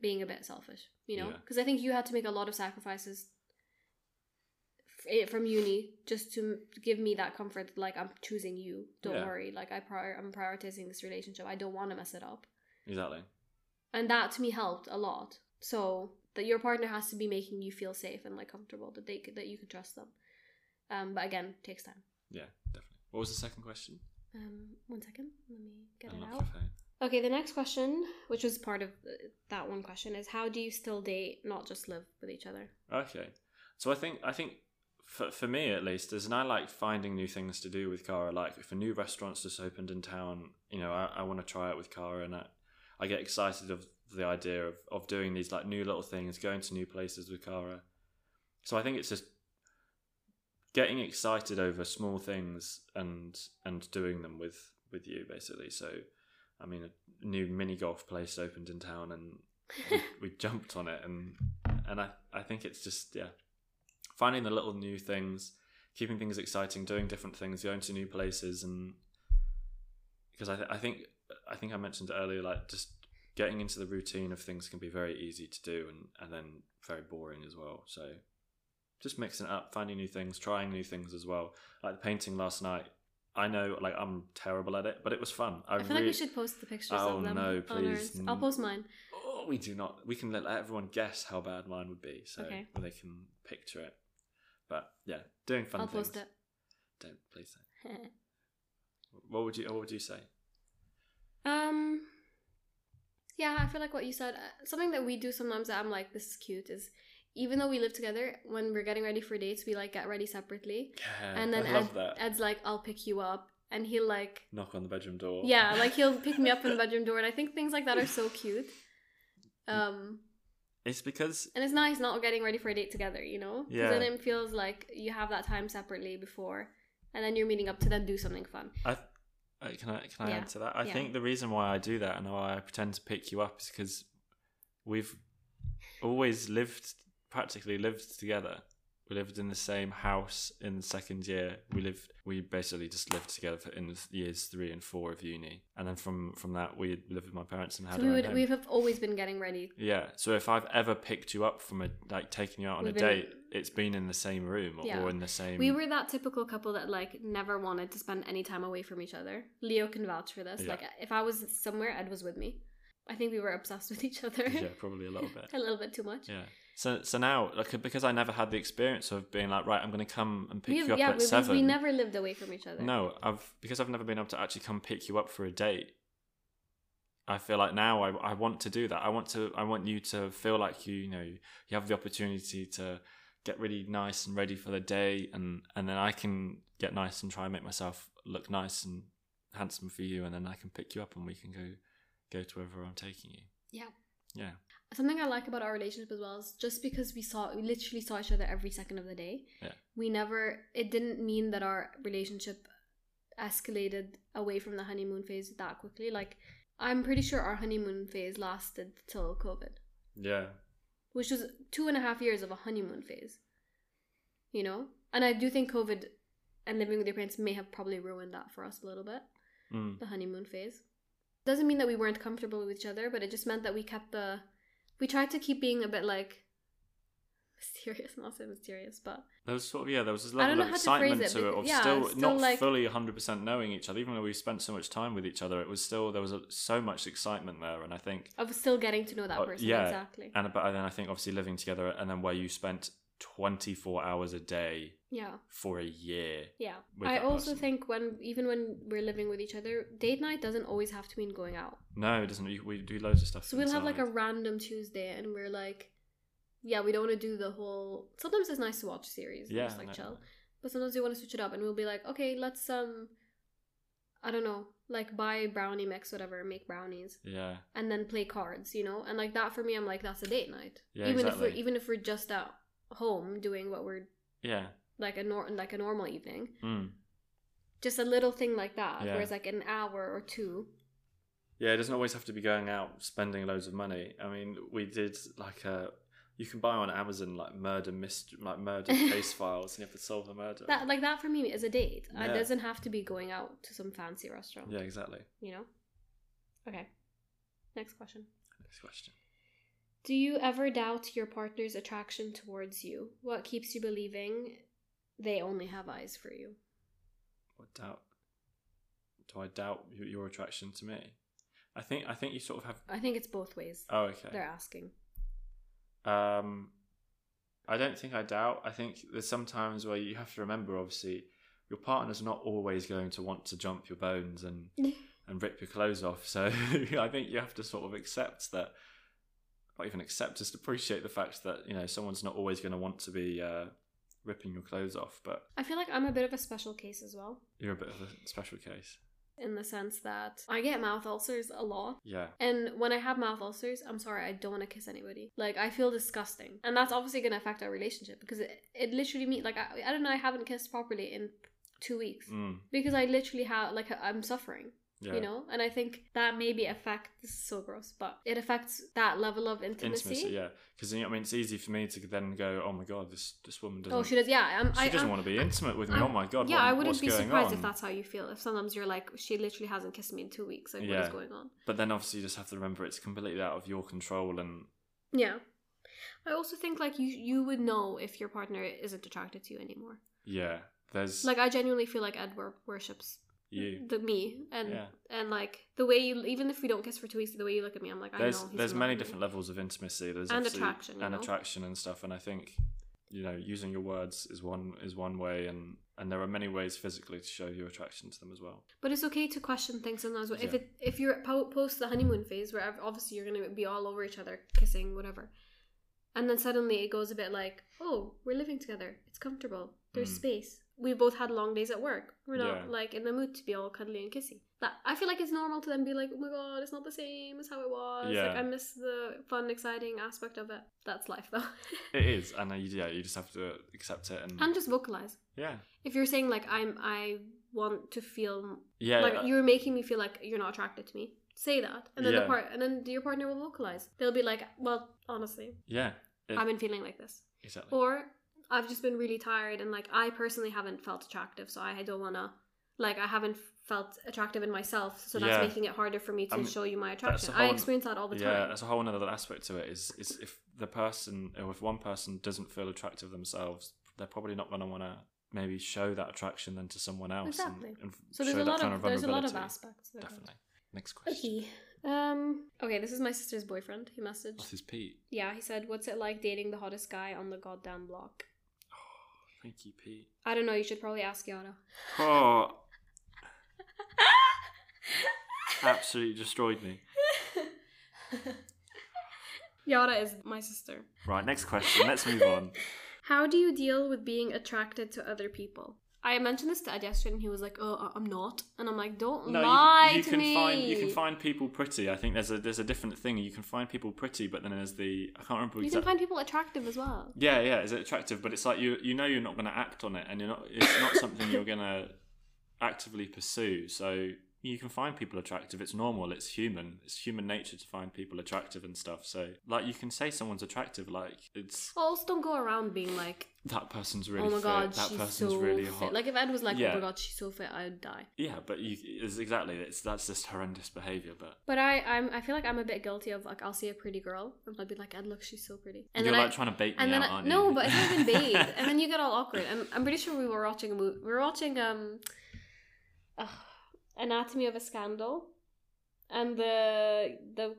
A: being a bit selfish? You know,
B: Yeah.
A: because I think you had to make a lot of sacrifices f- eh, from uni just to m- give me that comfort. Like I'm choosing you. Don't
B: Yeah.
A: worry. Like I prior, I'm prioritizing this relationship. I don't want to mess it up
B: Exactly.
A: and that to me helped a lot so that your partner has to be making you feel safe and like comfortable that they c- that you can trust them um but again takes time
B: Yeah, definitely. What was the second question?
A: um one second let me get it
B: Unlock
A: out
B: your phone.
A: okay the next question which was part of uh, that one question is how do you still date not just live with each other
B: Okay. So I think I think for, for me at least, as and I like finding new things to do with Cara. Like if a new restaurant's just opened in town, you know, I, I want to try it with Cara, and I, I get excited of the idea of, of doing these like new little things, going to new places with Cara. So I think it's just getting excited over small things and and doing them with with you basically. So I mean, a new mini golf place opened in town, and
A: *laughs*
B: we, we jumped on it and and I, I think it's just yeah finding the little new things keeping things exciting doing different things going to new places and because I, th- I think I think I mentioned earlier like just getting into the routine of things can be very easy to do and, and then very boring as well so just mixing it up finding new things trying new things as well like the painting last night I know like I'm terrible at it but it was fun I,
A: i, feel
B: really
A: like we should post the pictures
B: Oh,
A: of them
B: no,
A: on
B: please,
A: ours. i'll
B: n-
A: post mine
B: Oh, we do not. We can let everyone guess how bad mine would be, so
A: Okay.
B: they can picture it. But yeah, doing fun
A: i'll
B: things.
A: post it
B: Don't please don't.
A: *laughs*
B: What would you? What would you say?
A: Um. Yeah, I feel like what you said. uh, Something that we do sometimes that I'm like, this is cute. Is even though we live together, when we're getting ready for dates, we like get ready separately,
B: Yeah,
A: and then
B: I love
A: Ed,
B: that.
A: Ed's like, I'll pick you up, and he'll like,
B: Knock on the bedroom door. *laughs*
A: yeah, like he'll pick me up in the bedroom door, and I think things like that are so cute. Um,
B: It's because
A: and it's nice not getting ready for a date together, you know. 'Cause
B: Yeah.
A: Then it feels like you have that time separately before, and then you're meeting up to then do something fun.
B: I. I Uh, can I can I
A: Yeah,
B: add to that? I
A: yeah.
B: think the reason why I do that and why I pretend to pick you up is because we've always lived practically lived together. We lived in the same house in the second year. We lived we basically just lived together for in years three and four of uni, and then from from that we lived with my parents and had
A: So
B: our
A: we
B: own
A: would
B: home.
A: we have always been getting ready.
B: Yeah. So if I've ever picked you up from a like taking you out on
A: We've
B: a
A: been-
B: date, it's been in the same room or,
A: Yeah.
B: or in the same.
A: We were that typical couple that like never wanted to spend any time away from each other. Leo can vouch for this.
B: Yeah.
A: Like if I was somewhere, Ed was with me. I think we were obsessed with each other. *laughs*
B: yeah, probably a little bit.
A: a little bit too much.
B: Yeah. So so now, like, because I never had the experience of being like, right, I'm going to come and pick
A: We,
B: you up
A: yeah,
B: at
A: we, we,
B: seven.
A: we never lived away from each other.
B: No, I've because I've never been able to actually come pick you up for a date. I feel like now I, I want to do that. I want to I want you to feel like you you know you have the opportunity to get really nice and ready for the day, and and then I can get nice and try and make myself look nice and handsome for you, and then I can pick you up and we can go go to wherever I'm taking you.
A: Yeah.
B: Yeah.
A: Something I like about our relationship as well is just because we saw we literally saw each other every second of the day.
B: Yeah.
A: We never it didn't mean that our relationship escalated away from the honeymoon phase that quickly. Like I'm pretty sure our honeymoon phase lasted till COVID.
B: Yeah.
A: which was two and a half years of a honeymoon phase. You know? And I do think COVID and living with your parents may have probably ruined that for us a little bit,
B: Mm.
A: the honeymoon phase. Doesn't mean that we weren't comfortable with each other, but it just meant that we kept the. We tried to keep being a bit like. mysterious, *laughs* not so mysterious, but
B: There was sort of yeah, there was this
A: don't
B: level
A: know
B: of
A: how to phrase
B: excitement
A: it,
B: to it
A: because-
B: of
A: yeah,
B: still,
A: still,
B: not
A: like-
B: fully 100% knowing each other, even though we spent so much time with each other. It was still there was a, so much excitement there, and I think
A: I was still getting to know that
B: Oh,
A: person
B: yeah.
A: exactly.
B: and but then I think obviously living together and then where you spent 24 hours a day
A: Yeah,
B: for a year.
A: yeah.
B: With
A: I
B: that
A: also
B: person.
A: think when even when we're living with each other, date night doesn't always have to mean going out.
B: No, it doesn't. We- We do loads of stuff.
A: So we'll have like a
B: inside.
A: random Tuesday, and we're like, yeah, we don't want to do the whole. Sometimes it's nice to watch series, yeah,
B: Yeah,
A: just like
B: no.
A: chill. But sometimes we want to switch it up, and we'll be like, okay, let's um, I don't know, like buy brownie mix, whatever, make brownies,
B: yeah,
A: and then play cards, you know. And like that for me, I'm like, that's a date night.
B: Yeah,
A: even if we're
B: exactly.
A: even if we're just at home doing what we're
B: yeah.
A: like a nor- like a normal evening,
B: Mm.
A: just a little thing like that,
B: Yeah.
A: where it's like an hour or two.
B: Yeah, it doesn't always have to be going out spending loads of money. I mean, we did like a. You can buy on Amazon like murder myst-
A: *laughs*
B: like murder case files, and you have to solve the murder.
A: That like that for me is a date. It
B: Yeah.
A: doesn't have to be going out to some fancy restaurant.
B: Yeah, exactly.
A: you know? Okay. Next question.
B: Next question.
A: Do you ever doubt your partner's attraction towards you? What keeps you believing they only have eyes for you?
B: What doubt? Do I doubt y- your attraction to me? I think I think you sort of have.
A: I think it's both ways.
B: Oh, okay.
A: They're asking.
B: Um, I don't think I doubt. I think there's sometimes where you have to remember, obviously, your partner's not always going to want to jump your bones and and rip your clothes off. So *laughs* I think you have to sort of accept that, not even accept, just appreciate the fact that you know someone's not always going to want to be uh, ripping your clothes off. But
A: I feel like I'm a bit of a special case as well,
B: you're a bit of a special case.
A: in the sense that I get mouth ulcers a lot.
B: Yeah,
A: And when I have mouth ulcers, I'm sorry, I don't want to kiss anybody. Like, I feel disgusting. And that's obviously going to affect our relationship because it, it literally means, like, I, I don't know, I haven't kissed properly in two weeks
B: mm,
A: because I literally have, like, I'm suffering.
B: yeah.
A: you know and i think that maybe affects this is so gross but it affects that level of intimacy,
B: Intimacy, yeah, because you know, I mean, it's easy for me to then go, "Oh my god, this this woman doesn't,
A: oh she does yeah I'm,
B: she
A: I,
B: doesn't
A: I'm-
B: want to be intimate with me."
A: I'm-
B: oh my god,
A: yeah
B: what-
A: i wouldn't
B: what's
A: be
B: going
A: surprised
B: on?
A: if that's how you feel if sometimes you're like she literally hasn't kissed me in two weeks like what is
B: Yeah.
A: going on
B: But then obviously you just have to remember it's completely out of your control and
A: yeah i also think like you you would know if your partner isn't attracted to you anymore
B: yeah, there's
A: like i genuinely feel like edward worships
B: you.
A: the me and
B: Yeah.
A: and like the way you even if we don't kiss for two weeks the way you look at me i'm like i
B: There's
A: know he's
B: there's
A: in love
B: many
A: with me.
B: different levels of intimacy. There's
A: And
B: obviously-
A: attraction, you
B: and
A: know?
B: attraction and stuff. And I think you know using your words is one is one way, and and there are many ways physically to show your attraction to them as well.
A: But it's okay to question things sometimes. If
B: Yeah.
A: it if you're po- post the honeymoon phase, where ob- obviously you're gonna be all over each other, kissing, whatever, and then suddenly it goes a bit like, oh, we're living together. It's comfortable. There's
B: Mm.
A: space. We both had long days at work. We're not
B: Yeah.
A: like in the mood to be all cuddly and kissy. That I feel like it's normal to then be like, oh my god, it's not the same as how it was. Like
B: Yeah.
A: I miss the fun, exciting aspect of it. That's life though.
B: It is, and uh, you, yeah, you just have to accept it
A: *laughs*
B: and,
A: and just vocalize.
B: yeah,
A: If you're saying like I'm, I want to feel
B: yeah,
A: like
B: uh,
A: you're making me feel like you're not attracted to me. Say that, and then the
B: Yeah.
A: part, and then your partner will vocalize. They'll be like, "Well, honestly,
B: yeah, It-
A: I've been feeling like this,"
B: exactly.
A: or "I've just been really tired, and like I personally haven't felt attractive, so I don't wanna, like I haven't felt attractive in myself, so that's
B: Yeah.
A: making it harder for me to
B: I mean,
A: show you my
B: that's
A: attraction."
B: a
A: I
B: whole-
A: experience that all the
B: yeah,
A: time.
B: that's a whole another aspect to it. Is is if the person or if one person doesn't feel attractive themselves, they're probably not going to want to maybe show that attraction then to someone else.
A: Exactly.
B: And, and
A: So there's
B: show
A: a
B: that
A: lot
B: kind
A: of, there's a lot of
B: vulnerability.
A: aspects. of it.
B: Definitely. Next question.
A: Okay. Um. Okay. This is my sister's boyfriend. He messaged.
B: This is Pete.
A: Yeah. He said, "What's it like dating the hottest guy on the goddamn block?"
B: Thank you, Pete.
A: I don't know. You should probably ask Yano.
B: Oh,
A: *laughs*
B: absolutely destroyed me.
A: Yara is my sister.
B: Right, next question. Let's
A: *laughs*
B: move on.
A: How do you deal with being attracted to other people? I mentioned this to Ed yesterday, and he was like, "Oh, I- I'm not," and I'm like, "Don't
B: No, you-
A: lie
B: you,
A: to
B: can
A: me."
B: find you can find people pretty. I think there's a there's a different thing. You can find people pretty, but then there's the I can't remember
A: You can
B: exactly.
A: find people attractive as well.
B: Yeah, yeah, is it attractive? But it's like you you know you're
A: *laughs*
B: not going to act on it, and you're not. It's not something you're going to actively pursue. So you can find people attractive. It's normal. It's human. It's human nature to find people attractive and stuff. So, like, you can say someone's attractive. Like, it's
A: Well, also don't go around being like,
B: that person's really
A: oh my
B: fit.
A: god,
B: that
A: she's
B: person's
A: so
B: really
A: fit.
B: hot.
A: Like if Ed was like, oh
B: Yeah.
A: my god, she's so fit, I'd die.
B: yeah, but you it's exactly it's that's just horrendous behavior. But
A: But I, I'm, I feel like I'm a bit guilty of like I'll see a pretty girl and I'll be like, Ed, look, she's so pretty. And
B: you're
A: then
B: like
A: I,
B: trying to bait me
A: and then
B: out,
A: I,
B: aren't you?
A: no, but it's
B: *laughs*
A: not even bathe. and then you get all awkward. I'm, I'm pretty sure we were watching a movie. We were watching um, ugh, Anatomy of a Scandal, and the the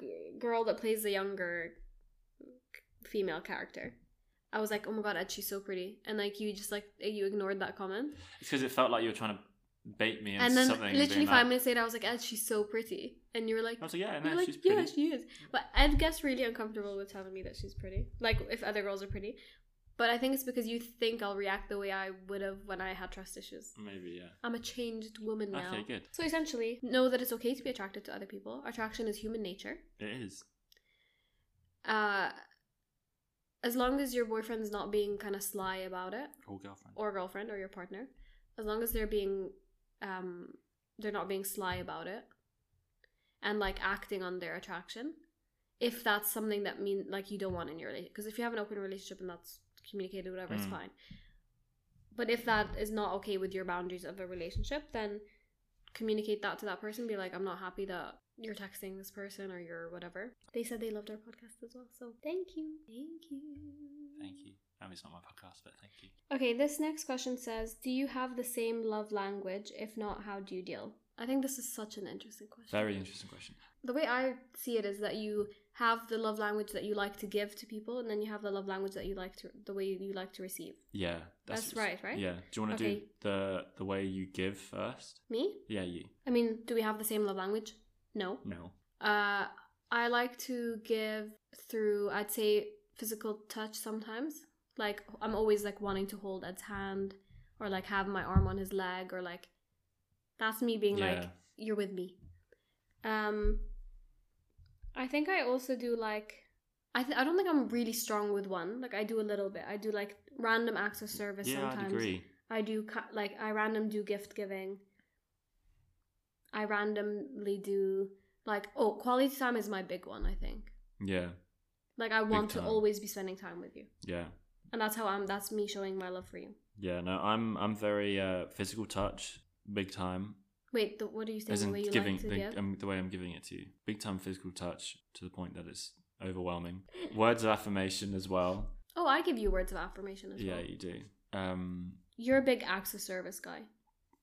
A: g- girl that plays the younger female character. I was like, oh my god, Ed, she's so pretty, and like you just like you ignored that comment,
B: it's because it felt like you were trying to bait me into
A: and then
B: something. and
A: literally
B: being
A: five
B: like-
A: minutes later, I was like, Ed, she's so pretty, and you were like,
B: I was like, yeah,
A: you're
B: no,
A: like,
B: she's
A: yeah,
B: pretty.
A: she is. But Ed gets really uncomfortable with telling me that she's pretty. Like, if other girls are pretty. But I think it's because you think I'll react the way I would have when I had trust issues.
B: Maybe, yeah.
A: I'm a changed woman now.
B: Okay, good.
A: So essentially, know that it's okay to be attracted to other people. Attraction is human nature.
B: It is.
A: Uh, as long as your boyfriend's not being kind of sly about it,
B: Or girlfriend.
A: or girlfriend or your partner, as long as they're being, um, they're not being sly about it, and like acting on their attraction, if that's something that mean like you don't want in your relationship, because if you have an open relationship and that's communicated, whatever, it's
B: Mm.
A: fine. But if that is not okay with your boundaries of a relationship, then communicate that to that person. Be like, I'm not happy that you're texting this person or you're whatever. They said they loved our podcast as well, so thank you, thank you,
B: Thank you. I mean, it's not my podcast, but thank you.
A: Okay, this next question says, "Do you have the same love language? If not, how do you deal?" I think this is such an interesting question.
B: Very interesting question.
A: The way I see it is that you have the love language that you like to give to people, and then you have the love language that you like to the way you like to receive.
B: Yeah,
A: That's right, right?
B: Yeah. Do you want to do
A: Okay.
B: the the way you give first?
A: Me?
B: Yeah, you.
A: I mean, do we have the same love language? No.
B: No.
A: Uh, I like to give through, I'd say, physical touch sometimes. Like, I'm always like wanting to hold Ed's hand or like have my arm on his leg or like, that's me being like,
B: Yeah.
A: you're with me. Um, I think I also do like, I, th- I don't think I'm really strong with one. Like, I do a little bit. I do like random acts of service
B: Yeah,
A: sometimes.
B: I'd agree.
A: I do ki- like I random do gift giving. I randomly do like oh quality time is my big one I think.
B: Yeah,
A: Like I want to
B: time.
A: always be spending time with you,
B: yeah,
A: and that's how I'm. That's me showing my love for you.
B: yeah. No, I'm I'm very uh, physical touch, big time.
A: Wait, the, what do you think?
B: As
A: The
B: in
A: way you
B: giving
A: like to
B: the,
A: give?
B: Um, the way I'm giving it to you, big time physical touch to the point that it's overwhelming. Words of affirmation as well.
A: oh, I give you words of affirmation as
B: Yeah,
A: well.
B: you do. Um,
A: You're a big acts of service guy.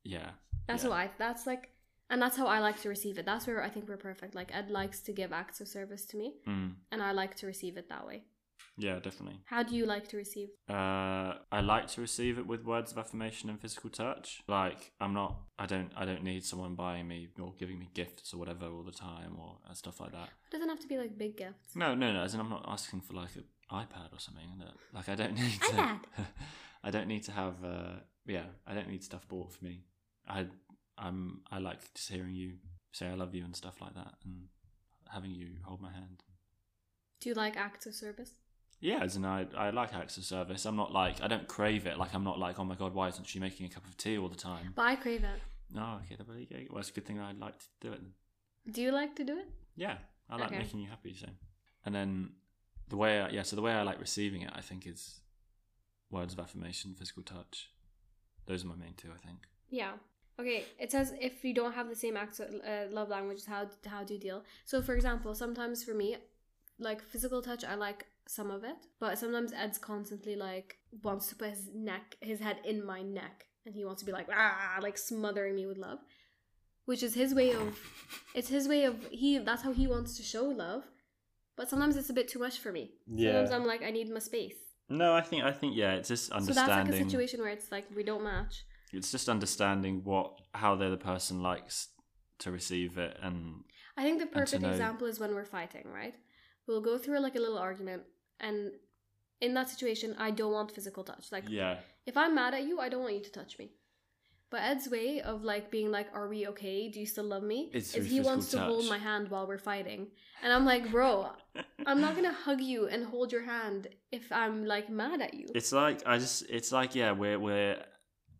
B: yeah,
A: That's
B: Yeah.
A: what I. That's like, and that's how I like to receive it. That's where I think we're perfect. Like Ed likes to give acts of service to me,
B: mm,
A: and I like to receive it that way.
B: yeah, definitely.
A: How do you like to receive?
B: Uh, I like to receive it with words of affirmation and physical touch. Like I'm not, I don't, I don't need someone buying me or giving me gifts or whatever all the time or uh, stuff like that.
A: It doesn't have to be like big gifts.
B: No, no, no. As in, I'm not asking for like an iPad or something. That, like I don't *laughs* need to.
A: iPad.
B: I don't need to have. Uh, yeah, I don't need stuff bought for me. I, I'm. I like just hearing you say I love you and stuff like that, and having you hold my hand.
A: Do you like acts of service?
B: Yeah, as in I, I like acts of service. I'm not like I don't crave it. Like I'm not like oh my god, why isn't she making a cup of tea all the time?
A: But I crave it.
B: No, okay, there you go. Well, it's a good thing I'd like to do it. Then.
A: Do you like to do it?
B: Yeah, I like
A: Okay.
B: making you happy. So, and then the way I, yeah, so the way I like receiving it, I think is words of affirmation, physical touch. Those are my main two, I think.
A: Yeah. Okay. It says if you don't have the same acts of, uh, love languages, how how do you deal? So, for example, sometimes for me, like physical touch, I like some of it, but sometimes Ed's constantly like wants to put his neck, his head in my neck, and he wants to be like ah, like smothering me with love, which is his way of it's his way of he that's how he wants to show love, but sometimes it's a bit too much for me. Sometimes I'm like I need my space.
B: No, I think I think yeah, it's just
A: So that's like
B: understanding.
A: a situation where it's like we don't match.
B: It's just understanding what how the other person likes to receive it, and
A: I think the
B: to
A: perfect
B: know-
A: example is when we're fighting, right? We'll go through like a little argument, and in that situation, I don't want physical touch. Like,
B: yeah,
A: if I'm mad at you, I don't want you to touch me. But Ed's way of like being like, "Are we okay? Do you still love me?"
B: It's
A: is
B: through
A: he wants to
B: physical
A: hold
B: touch.
A: my hand while we're fighting, and I'm like, "Bro, I'm not
B: *laughs*
A: gonna hug you and hold your hand if I'm like mad at you."
B: It's like I just it's like yeah, we're we're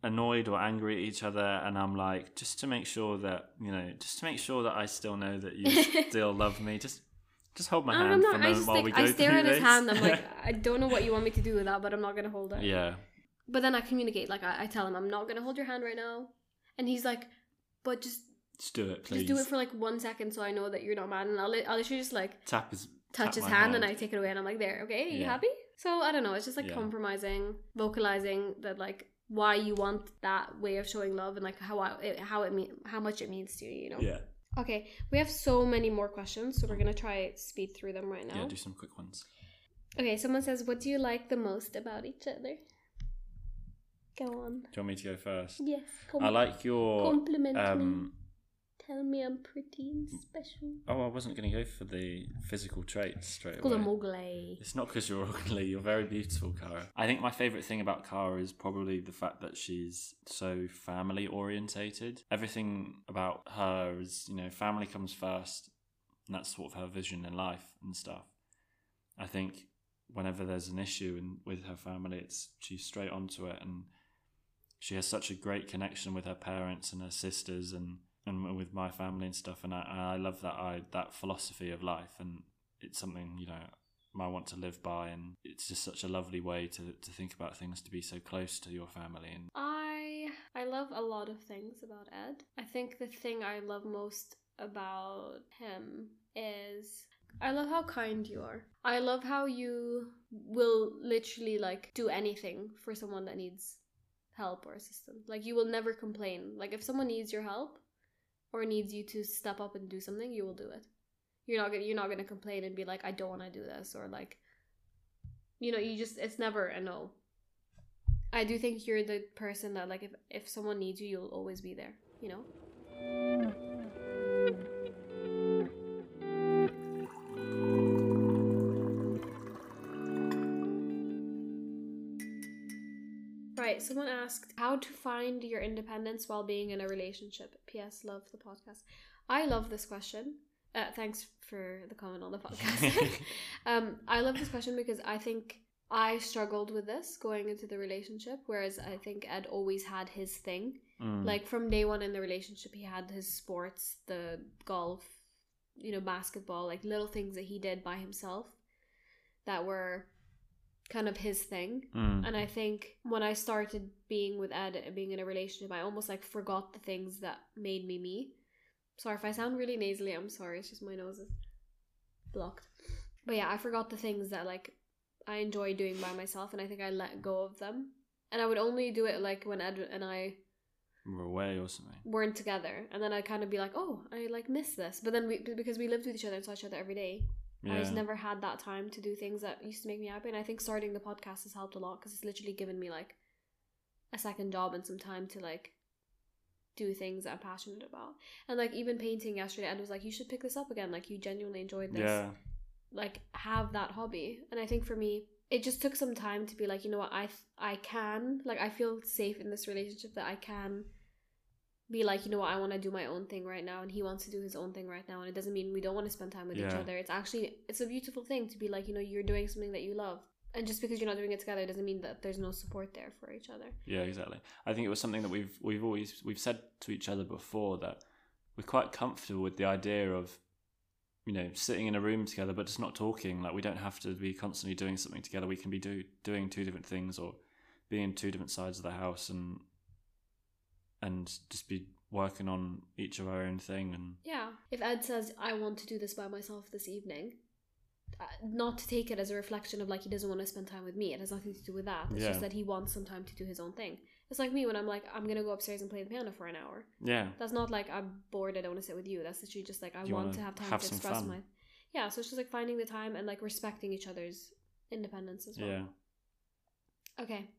B: annoyed or angry at each other and I'm like just to make sure that you know just to make sure that I still know
A: *laughs*
B: that you still love me just just hold my
A: I don't
B: hand
A: know.
B: for a
A: I
B: moment
A: just
B: while we
A: like,
B: go
A: I stare
B: through
A: at his
B: this.
A: hand. I'm like, I don't know what you want me to do with that, but I'm not gonna hold it.
B: *laughs* yeah
A: But then I communicate. Like I, I tell him, I'm not gonna hold your hand right now, and he's like, but just
B: just do it
A: just
B: please
A: do it for like one second, so I know that you're not mad, and I'll li- I'll literally just like
B: tap is
A: touch
B: Tap
A: his
B: my
A: hand, and I
B: hand.
A: take it away, and I'm like, there, okay, you
B: Yeah.
A: happy? So I don't know. It's just like
B: Yeah.
A: compromising, vocalizing that like why you want that way of showing love and like how I, it, how it mean how much it means to you. You know.
B: yeah
A: Okay, we have so many more questions, so we're gonna try speed through them right now.
B: yeah do some quick ones
A: Okay, someone says, "What do you like the most about each other?" Go on.
B: do you want me to go first
A: Yes. Com-
B: I like your
A: compliment me.
B: um
A: Tell me I'm pretty and special.
B: oh I wasn't going to go for the physical traits straight
A: Called a
B: away
A: muggle.
B: It's not because you're *laughs* ugly. You're very beautiful, Cara. I think my favorite thing about Cara is probably the fact that she's so family orientated. Everything about her is, you know, family comes first, and that's sort of her vision in life and stuff. I think whenever there's an issue in, with her family, it's she's straight onto it, and she has such a great connection with her parents and her sisters, and and with my family and stuff. And I, and I love that I that philosophy of life, and it's something you know I want to live by, and it's just such a lovely way to to think about things to be so close to your family.
A: *laughs*
B: And
A: I I love a lot of things about Ed. I think the thing I love most about him is I love how kind you are. I love how you will literally like do anything for someone that needs help or assistance. Like you will never complain. Like if someone needs your help or needs you to step up and do something, you will do it. You're not gonna you're not gonna complain and be like I don't want to do this or like you know you just it's never a no. I do think you're the person that like if if someone needs you, you'll always be there. You know. Right, someone asked how to find your independence while being in a relationship. P.S. Love the podcast. I love this question. Uh, thanks for the comment on the
B: *laughs*
A: podcast. *laughs* um, I love this question because I think I struggled with this going into the relationship, whereas I think Ed always had his thing.
B: Mm.
A: Like from day one in the relationship, he had his sports, the golf, you know, basketball, like little things that he did by himself that were kind of his thing.
B: Mm.
A: And I think when I started being with Ed and being in a relationship, I almost like forgot the things that made me me. Sorry if I sound really nasally. I'm sorry. It's just my nose is blocked. But yeah, I forgot the things that like I enjoy doing by myself, and I think I let go of them. And I would only do it like when Ed and I
B: we're away or something.
A: weren't together, and then I'd kind of be like, "Oh, I like miss this." But then we because we lived with each other and saw each other every day, I
B: Yeah,
A: just never had that time to do things that used to make me happy. And I think starting the podcast has helped a lot because it's literally given me like a second job and some time to like do things that I'm passionate about. And like even painting yesterday, and was like, you should pick this up again. Like you genuinely enjoyed this.
B: yeah,
A: Like have that hobby. And I think for me, it just took some time to be like, you know what, I I can like I feel safe in this relationship that I can be like, you know what, I want to do my own thing right now, and he wants to do his own thing right now, and it doesn't mean we don't want to spend time with each
B: Yeah.
A: other. It's actually it's a beautiful thing to be like, you know, you're doing something that you love, and just because you're not doing it together doesn't mean that there's no support there for each other.
B: yeah, exactly. I think it was something that we've we've always we've said to each other before that we're quite comfortable with the idea of you know sitting in a room together but just not talking. Like we don't have to be constantly doing something together. We can be do, doing two different things or being in two different sides of the house and and just be working on each of our own thing and
A: Yeah. If Ed says, I want to do this by myself this evening, uh, not to take it as a reflection of like he doesn't want to spend time with me. It has nothing to do with that. It's
B: Yeah.
A: just that he wants some time to do his own thing. It's like me when I'm like, I'm going to go upstairs and play the piano for an hour.
B: yeah.
A: That's not like I'm bored, I don't want to sit with you. That's literally just like I
B: You
A: want
B: wanna
A: to have time
B: have
A: to
B: some
A: express
B: fun.
A: my. Yeah, so it's just like finding the time and like respecting each other's independence as well.
B: Yeah.
A: Okay.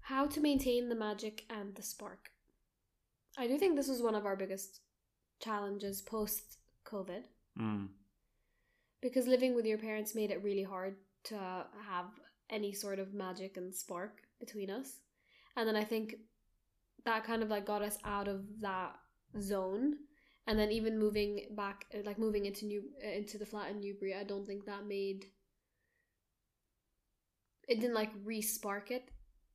A: How to maintain the magic and the spark. I do think this was one of our biggest challenges post COVID.
B: Mm.
A: because living with your parents made it really hard to have any sort of magic and spark between us and then i think that kind of like got us out of that zone and then even moving back uh, like moving into new uh, into the flat in newbury i don't think that made it didn't like re-spark it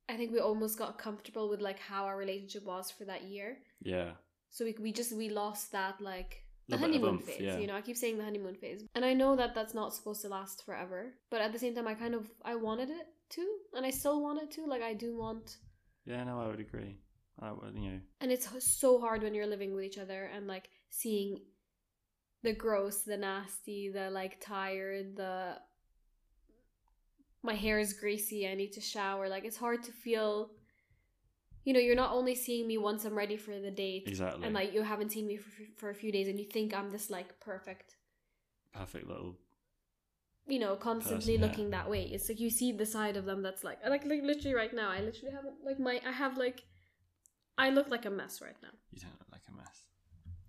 A: I think we almost got comfortable with like how our relationship was for that year.
B: Yeah.
A: So we, we just we lost that like the
B: Little bit of
A: honeymoon
B: oomph,
A: phase.
B: yeah.
A: You know, I keep saying the honeymoon phase, and I know that that's not supposed to last forever. But at the same time, I kind of I wanted it to, and I still want it to. Like I do want,
B: Yeah, no, I would agree. I would, you know,
A: and it's h- so hard when you're living with each other and like seeing the gross, the nasty, the like tired, the my hair is greasy. I need to shower. Like it's hard to feel. You know, you're not only seeing me once I'm ready for the date,
B: exactly.
A: and like you haven't seen me for, for a few days and you think i'm this like perfect
B: perfect little.
A: you know constantly
B: Person, yeah.
A: looking that way it's like you see the side of them that's like like, like literally right now i literally have like my i have like i look like a mess right now
B: You don't look like a mess.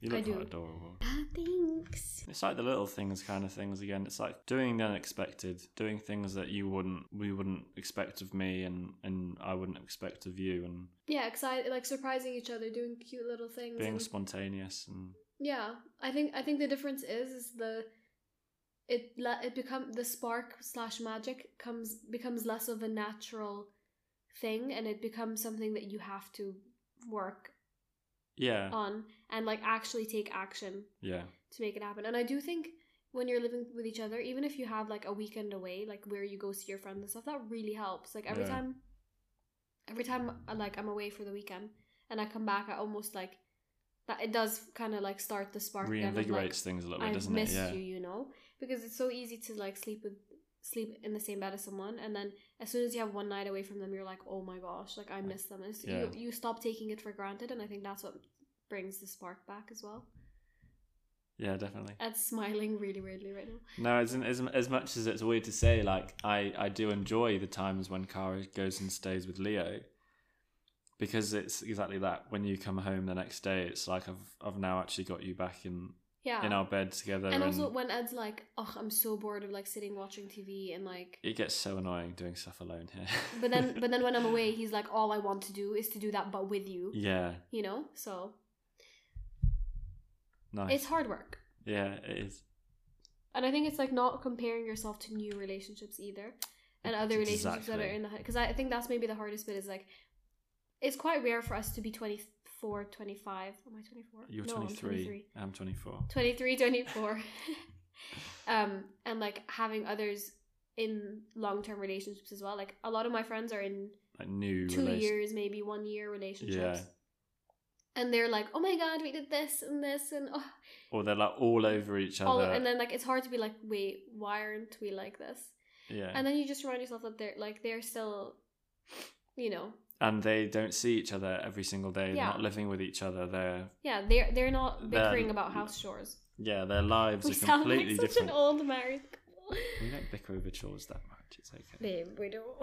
B: You
A: I
B: look
A: do.
B: quite adorable.
A: thanks
B: It's like the little things kind of things again. It's like doing the unexpected, doing things that you wouldn't, we wouldn't expect of me, and and I wouldn't expect of you, and
A: yeah excited like surprising each other doing cute little things
B: being
A: and-
B: spontaneous and
A: yeah i think i think the difference is is the it le- it become the spark slash magic comes becomes less of a natural thing and it becomes something that you have to work
B: yeah,
A: on and like actually take action
B: yeah,
A: to make it happen. And I do think when you're living with each other, even if you have like a weekend away, like where you go see your friends and stuff, that really helps. Like every
B: Yeah.
A: time, every time uh, like I'm away for the weekend and I come back, I almost like that it does kind of like start the spark. again of, like,
B: reinvigorates things a little bit,
A: I've
B: doesn't it?
A: missed
B: Yeah,
A: you, you know, because it's so easy to like sleep with sleep in the same bed as someone, and then as soon as you have one night away from them, you're like, oh my gosh, like I miss them, and so
B: Yeah.
A: you you stop taking it for granted, and I think that's what brings the spark back as well.
B: yeah, definitely.
A: That's smiling *laughs* really weirdly right now.
B: No, as, in- as as much as it's weird to say, like I I do enjoy the times when Kara goes and stays with Leo, because it's exactly that. When you come home the next day, it's like I've I've now actually got you back in
A: Yeah,
B: in our bed together,
A: and
B: and,
A: also when Ed's like, oh, I'm so bored of like sitting watching TV and like.
B: it gets so annoying doing stuff alone here.
A: But
B: *laughs*
A: then, but then when I'm away, he's like, all I want to do is to do that, but with you,
B: yeah,
A: you know. So
B: nice.
A: it's hard work.
B: yeah, it is.
A: and I think it's like not comparing yourself to new relationships either, and other relationships that are
B: Exactly.
A: in the because I think that's maybe the hardest bit is like it's quite rare for us to be 24, 25. Am I 24?
B: You're
A: No, I'm
B: 23. I'm 24.
A: 23, 24. *laughs* um, and like having others in long term relationships as well. Like a lot of my friends are in
B: Like new
A: two
B: relation-
A: years, maybe one year relationships.
B: Yeah.
A: And they're like, oh my god, we did this and this and oh,
B: or they're like all over each other.
A: all, and then like it's hard to be like, wait, why aren't we like this?
B: yeah,
A: And then you just remind yourself that they're like they're still, you know,
B: and they don't see each other every single day. They're
A: Yeah.
B: not living with each other. They're
A: yeah, they're they're not
B: They're-
A: bickering about house chores.
B: Yeah, their lives
A: We
B: are
A: sound like
B: completely
A: such
B: different.
A: an old married
B: *laughs*
A: couple.
B: We don't bicker over chores that much. It's okay.
A: Babe, we don't.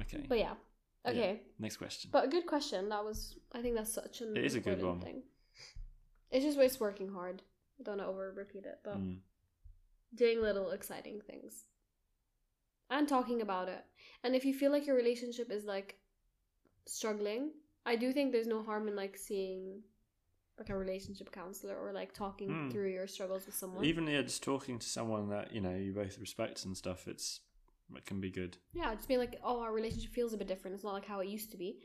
B: Okay.
A: But yeah,
B: Yeah.
A: okay.
B: Next question.
A: But a good question. That was. I think that's such an.
B: It is a good
A: important
B: one.
A: Thing. It's just it's working hard. Don't over repeat it, but
B: Mm.
A: doing little exciting things and talking about it. And if you feel like your relationship is like struggling, I do think there's no harm in like seeing like a relationship counselor or like talking
B: Hmm.
A: through your struggles with someone.
B: Even yeah, just talking to someone that you know you both respect and stuff. It's it can be good.
A: yeah, just being like, oh, our relationship feels a bit different. It's not like how it used to be.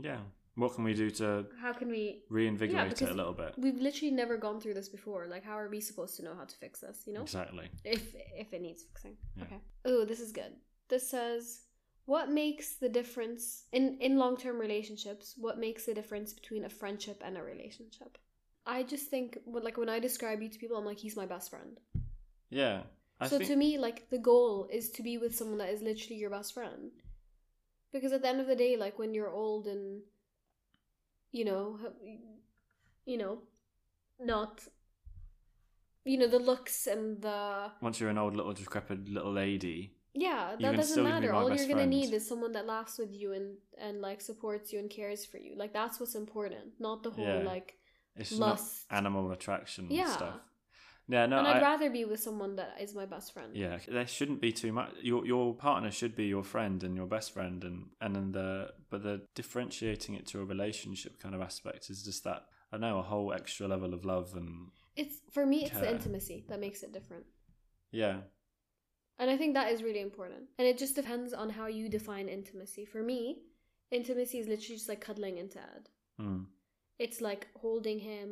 B: Yeah. What can we do to
A: How can we?
B: Hmm.
A: Yeah,
B: reinvigorate it
A: because
B: a little bit?
A: We've literally never gone through this before. Like, how are we supposed to know how to fix this? You know.
B: Exactly.
A: if if it needs fixing.
B: Yeah.
A: Okay. Oh, this is good. This says what makes the difference in in long-term relationships? What makes the difference between a friendship and a relationship? I just think when- like when I describe you to people, I'm like he's my best friend.
B: Yeah. I
A: so
B: think
A: to me, like the goal is to be with someone that is literally your best friend. Because at the end of the day, like when you're old and you know, ha- you know, not you know the looks and the
B: once you're an old little decrepit little lady,
A: yeah,
B: can
A: that doesn't
B: still be
A: matter.
B: my
A: All you're
B: best
A: gonna
B: friend.
A: need is someone that laughs with you and and like supports you and cares for you. Like that's what's important, not the whole
B: Yeah.
A: like
B: it's
A: lust.
B: not animal attraction and
A: Yeah.
B: stuff. Yeah. No.
A: and I'd
B: I-
A: rather be with someone that is my best friend.
B: Yeah, there shouldn't be too much. Your your partner should be your friend and your best friend, and and then the but the differentiating it to a relationship kind of aspect is just that I don't know a whole extra level of love and
A: It's for me, it's the
B: Okay.
A: intimacy that makes it different,
B: yeah,
A: and I think that is really important. And it just depends on how you define intimacy. For me, Intimacy is literally just like cuddling and sad.
B: Mm.
A: It's like holding him,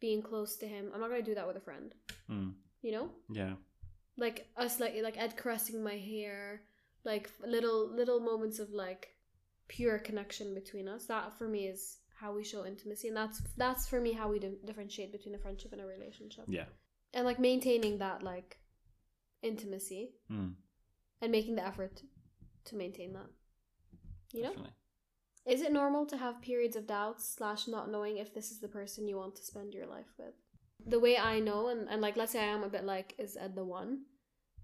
A: being close to him. I'm not gonna do that with a friend.
B: Mm.
A: You know,
B: Yeah.
A: like us, like like Ed caressing my hair, like little little moments of like pure connection between us. That for me is how we show intimacy, and that's that's for me how we di- differentiate between a friendship and a relationship.
B: Yeah.
A: and like maintaining that like intimacy
B: Mm.
A: and making the effort to maintain that. You know,
B: Definitely.
A: is it normal to have periods of doubts slash not knowing if this is the person you want to spend your life with? The way I know, and, and like let's say I am a bit like, is Ed the one?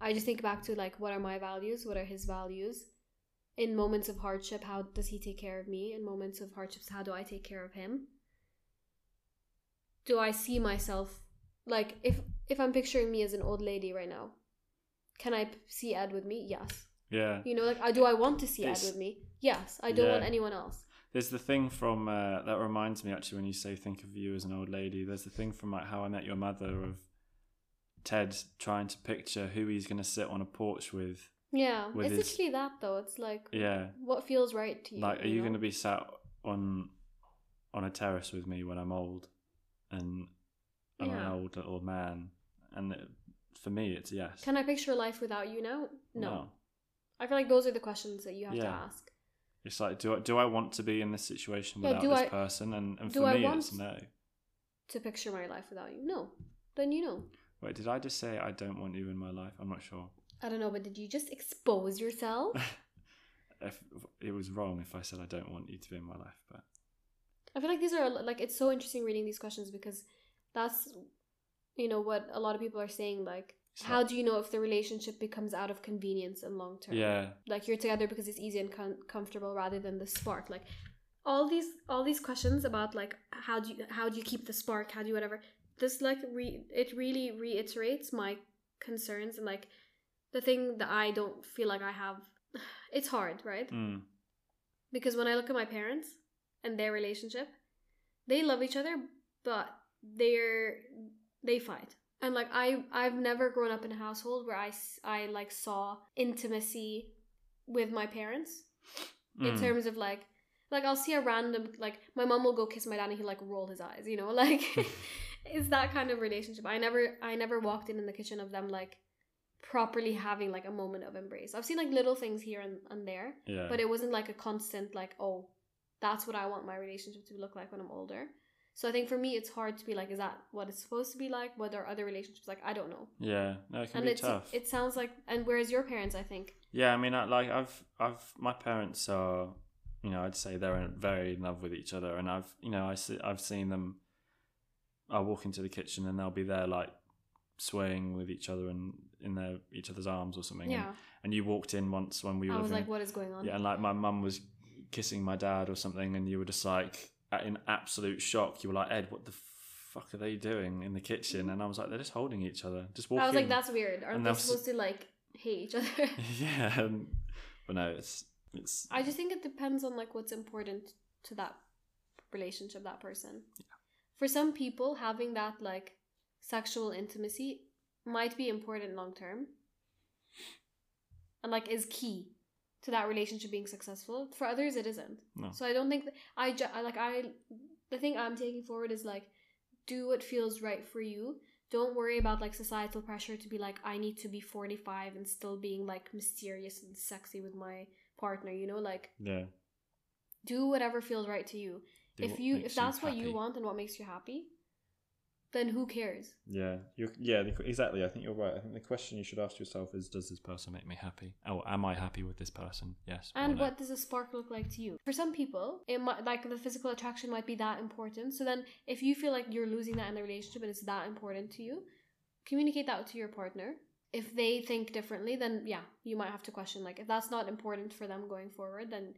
A: I just think back to like, what are my values? What are his values? In moments of hardship, how does he take care of me? In moments of hardships, how do I take care of him? Do I see myself like if if I'm picturing me as an old lady right now? Can I p- see Ed with me? Yes.
B: Yeah.
A: You know, like, I, do I want to see Ed
B: It's-
A: with me? Yes. I don't
B: Yeah.
A: want anyone else.
B: There's the thing from uh, that reminds me actually when you say think of you as an old lady. There's the thing from like How I Met Your Mother of Ted trying to picture who he's going to sit on a porch with.
A: Yeah,
B: with
A: it's
B: his-
A: literally that though. It's like
B: Yeah,
A: what feels right to you.
B: like are you going to
A: know?
B: be sat on on a terrace with me when I'm old and I'm an
A: Yeah.
B: old little man? And it, for me, it's yes.
A: Can I picture life without you now? No.
B: no.
A: I feel like those are the questions that you have to
B: Yeah.
A: ask.
B: It's like do I do I want to be in this situation
A: Yeah,
B: without
A: do
B: this
A: I-
B: person? And and
A: do
B: for
A: I
B: me,
A: want-
B: it's no.
A: To picture my life without you, no. Then you know.
B: Wait, did I just say I don't want you in my life? I'm not sure.
A: I don't know, but did you just expose yourself?
B: if it was wrong if I said I don't want you to be in my life, but
A: I feel like these are like it's so interesting reading these questions because that's you know what a lot of people are saying like
B: It's
A: how
B: like-
A: do you know if the relationship becomes out of convenience and long term?
B: yeah,
A: like you're together because it's easy and com- comfortable rather than the spark like all these all these questions about like how do you how do you keep the spark how do you whatever this like re- it really reiterates my concerns and like the thing that i don't feel like i have *sighs* it's hard right
B: mm,
A: because when i look at my parents and their relationship they love each other but they're they fight and like i i've never grown up in a household where i s- I, like saw intimacy with my parents in
B: mm.
A: terms of like like I'll see a random like my mom will go kiss my dad and he'll like roll his eyes, you know, *laughs* like it's that kind of relationship. I never I never walked in in the kitchen of them like properly having like a moment of embrace. I've seen like little things here and, and there,
B: yeah,
A: but it wasn't like a constant like oh that's what I want my relationship to look like when I'm older. So I think for me it's hard to be like is that what it's supposed to be like? What are other relationships like? I don't know.
B: yeah, no, it can
A: and
B: be
A: it's
B: tough.
A: it sounds like and whereas your parents I think
B: Yeah, I mean, I, like I've, I've, my parents are, you know, I'd say they're in- very in love with each other, and I've, you know, I see, I've seen them. I walk into the kitchen and they'll be there like swaying with each other and in their each other's arms or something.
A: yeah.
B: And, and you walked in once when we were
A: I was
B: living-
A: like what is going on?
B: yeah, and like my mum was kissing my dad or something, and you were just like in absolute shock. You were like, Ed, what the fuck are they doing in the kitchen? And I was like, they're just holding each other, just walking.
A: Mm-hmm. I was like, that's weird. Aren't
B: And
A: they
B: that's-
A: supposed to like hate each other?
B: *laughs* yeah, um, but no, it's it's
A: I just think it depends on like what's important to that relationship, that person. For some people, having that like sexual intimacy might be important long term, and like is key to that relationship being successful. For others, it isn't.
B: No.
A: So I don't think th- I ju- I like I the thing I'm taking forward is like do what feels right for you. Don't worry about like societal pressure to be like I need to be 45 and still being like mysterious and sexy with my partner, you know, like
B: yeah.
A: do whatever feels right to you.
B: do
A: if
B: what
A: you if
B: makes
A: that's what you
B: happy.
A: want and what makes you happy, then who cares?
B: yeah, you yeah, the, exactly. I think you're right. I think the question you should ask yourself is, does this person make me happy? Oh, am I happy with this person? Yes. or
A: And
B: no.
A: what does a spark look like to you? For some people, it might like the physical attraction might be that important. So then if you feel like you're losing that in the relationship and it's that important to you, communicate that to your partner. If they think differently, then yeah, you might have to question like if that's not important for them going forward, then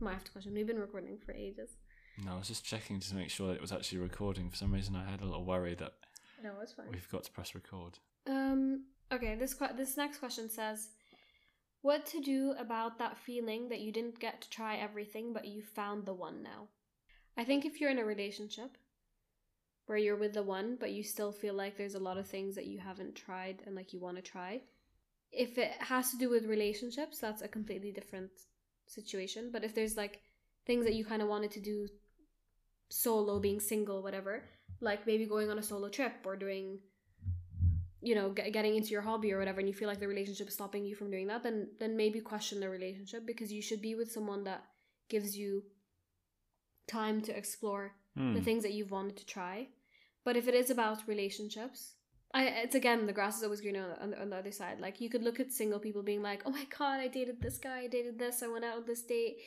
A: you might have to question. We've been recording for ages.
B: No, I was just checking to make sure that it was actually recording. For some reason, I had a little worry that
A: No, it's fine.
B: we've got to press record.
A: Um. Okay. This que- this next question says, "What to do about that feeling that you didn't get to try everything, but you found the one now?" I think if you're in a relationship where you're with the one, but you still feel like there's a lot of things that you haven't tried and like you want to try, if it has to do with relationships, that's a completely different situation. But if there's like things that you kind of wanted to do solo, being single, whatever, like maybe going on a solo trip or doing, you know, get, getting into your hobby or whatever, and you feel like the relationship is stopping you from doing that, then then maybe question the relationship because you should be with someone that gives you time to explore the
B: Hmm.
A: things that you've wanted to try. But if it is about relationships, I, it's again the grass is always greener on the- on the, on the other side. Like you could look at single people being like, "Oh my god, I dated this guy, I dated this, I went out on this date,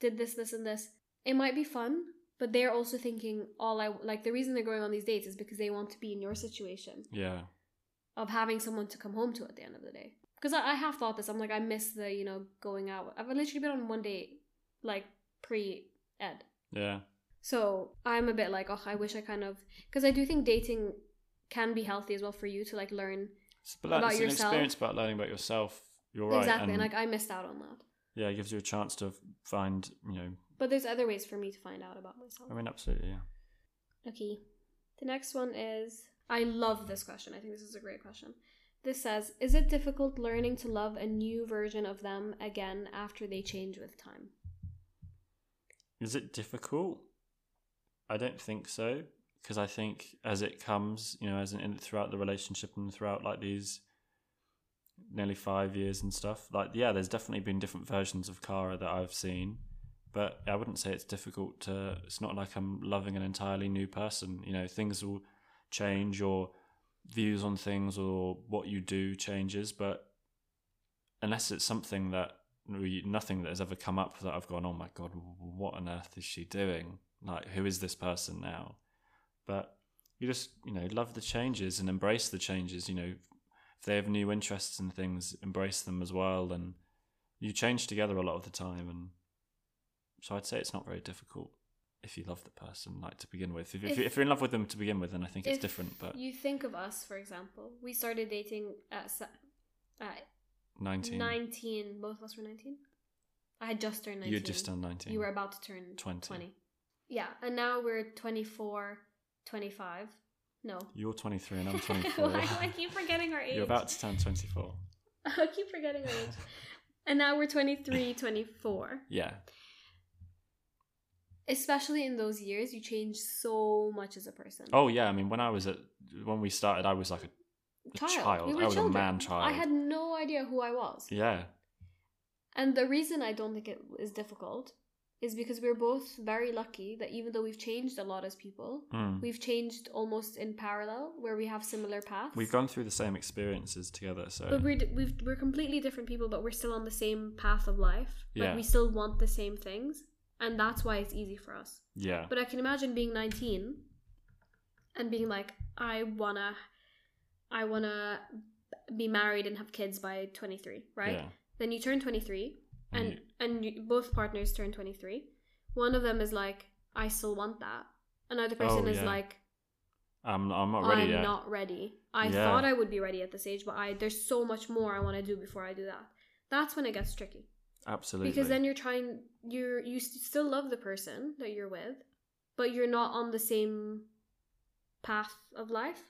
A: did this, this, and this." It might be fun, but they're also thinking all I like. The reason they're going on these dates is because they want to be in your situation
B: Yeah.
A: of having someone to come home to at the end of the day. Because I, I have thought this. I'm like, I miss the you know going out. I've literally been on one date, like pre ed.
B: Yeah.
A: So I'm a bit like, oh, I wish I kind of, because I do think dating can be healthy as well for you to like learn
B: It's, about
A: About
B: it's an
A: yourself.
B: experience about learning about yourself. You're right.
A: exactly. And
B: And,
A: like I missed out on that,
B: yeah, it gives you a chance to find, you know,
A: but there's other ways for me to find out about myself.
B: I mean, absolutely, yeah.
A: Okay, the next one is I love this question. I think this is a great question. This says, is it difficult learning to love a new version of them again after they change with time?
B: Is it difficult? I don't think so. Because I think as it comes, you know, as in, in throughout the relationship and throughout like these nearly five years and stuff, like, yeah, there's definitely been different versions of Cara that I've seen. But I wouldn't say it's difficult to, it's not like I'm loving an entirely new person. You know, things will change or views on things or what you do changes. But unless it's something that we, nothing that has ever come up that I've gone, oh my god, what on earth is she doing? Like, who is this person now? But you just, you know, love the changes and embrace the changes. You know, if they have new interests and things, embrace them as well. And you change together a lot of the time. And so I'd say it's not very difficult if you love the person, like to begin with. If, if,
A: If-
B: if you're in love with them to begin with, then I think it's
A: If
B: different. But
A: you think of us, for example, we started dating at, se- at
B: 19,
A: 19. Both of us were 19. I had just turned 19.
B: you're just done 19.
A: You were about to turn
B: 20.
A: 20. Yeah, and now we're 24, 25. No.
B: You're 23 and
A: *laughs*
B: I'm
A: Why
B: 24.
A: do I keep forgetting our age?
B: *laughs* You're about to turn 24.
A: *laughs* I keep forgetting our age. And now we're 23, 24.
B: *laughs* Yeah.
A: Especially in those years, you change so much as a person.
B: Oh yeah. I mean, when I was at when we started, I was like a child.
A: We were
B: I was a
A: children.
B: man
A: I
B: child.
A: had no idea who I was.
B: yeah,
A: And the reason I don't think it is difficult is because we're both very lucky that even though we've changed a lot as people,
B: Mm.
A: we've changed almost in parallel where we have similar paths.
B: we've gone through the same experiences together. So
A: but we're, d- we've, we're completely different people, but we're still on the same path of life. Like
B: Yeah.
A: we still want the same things, and that's why it's easy for us.
B: yeah,
A: But I can imagine being 19 and being like, I wanna, I wanna be married and have kids by 23, right?
B: Yeah.
A: Then you turn 23,
B: And
A: and and you, both partners turn 23. One of them is like, I still want that. Another person
B: Oh,
A: is
B: yeah.
A: like,
B: I'm I'm not ready
A: I'm
B: yet.
A: not ready. I
B: Yeah.
A: thought I would be ready at this age, but I there's so much more I want to do before I do that. That's when it gets tricky
B: Absolutely.
A: because then you're trying you're you s- still love the person that you're with but you're not on the same path of life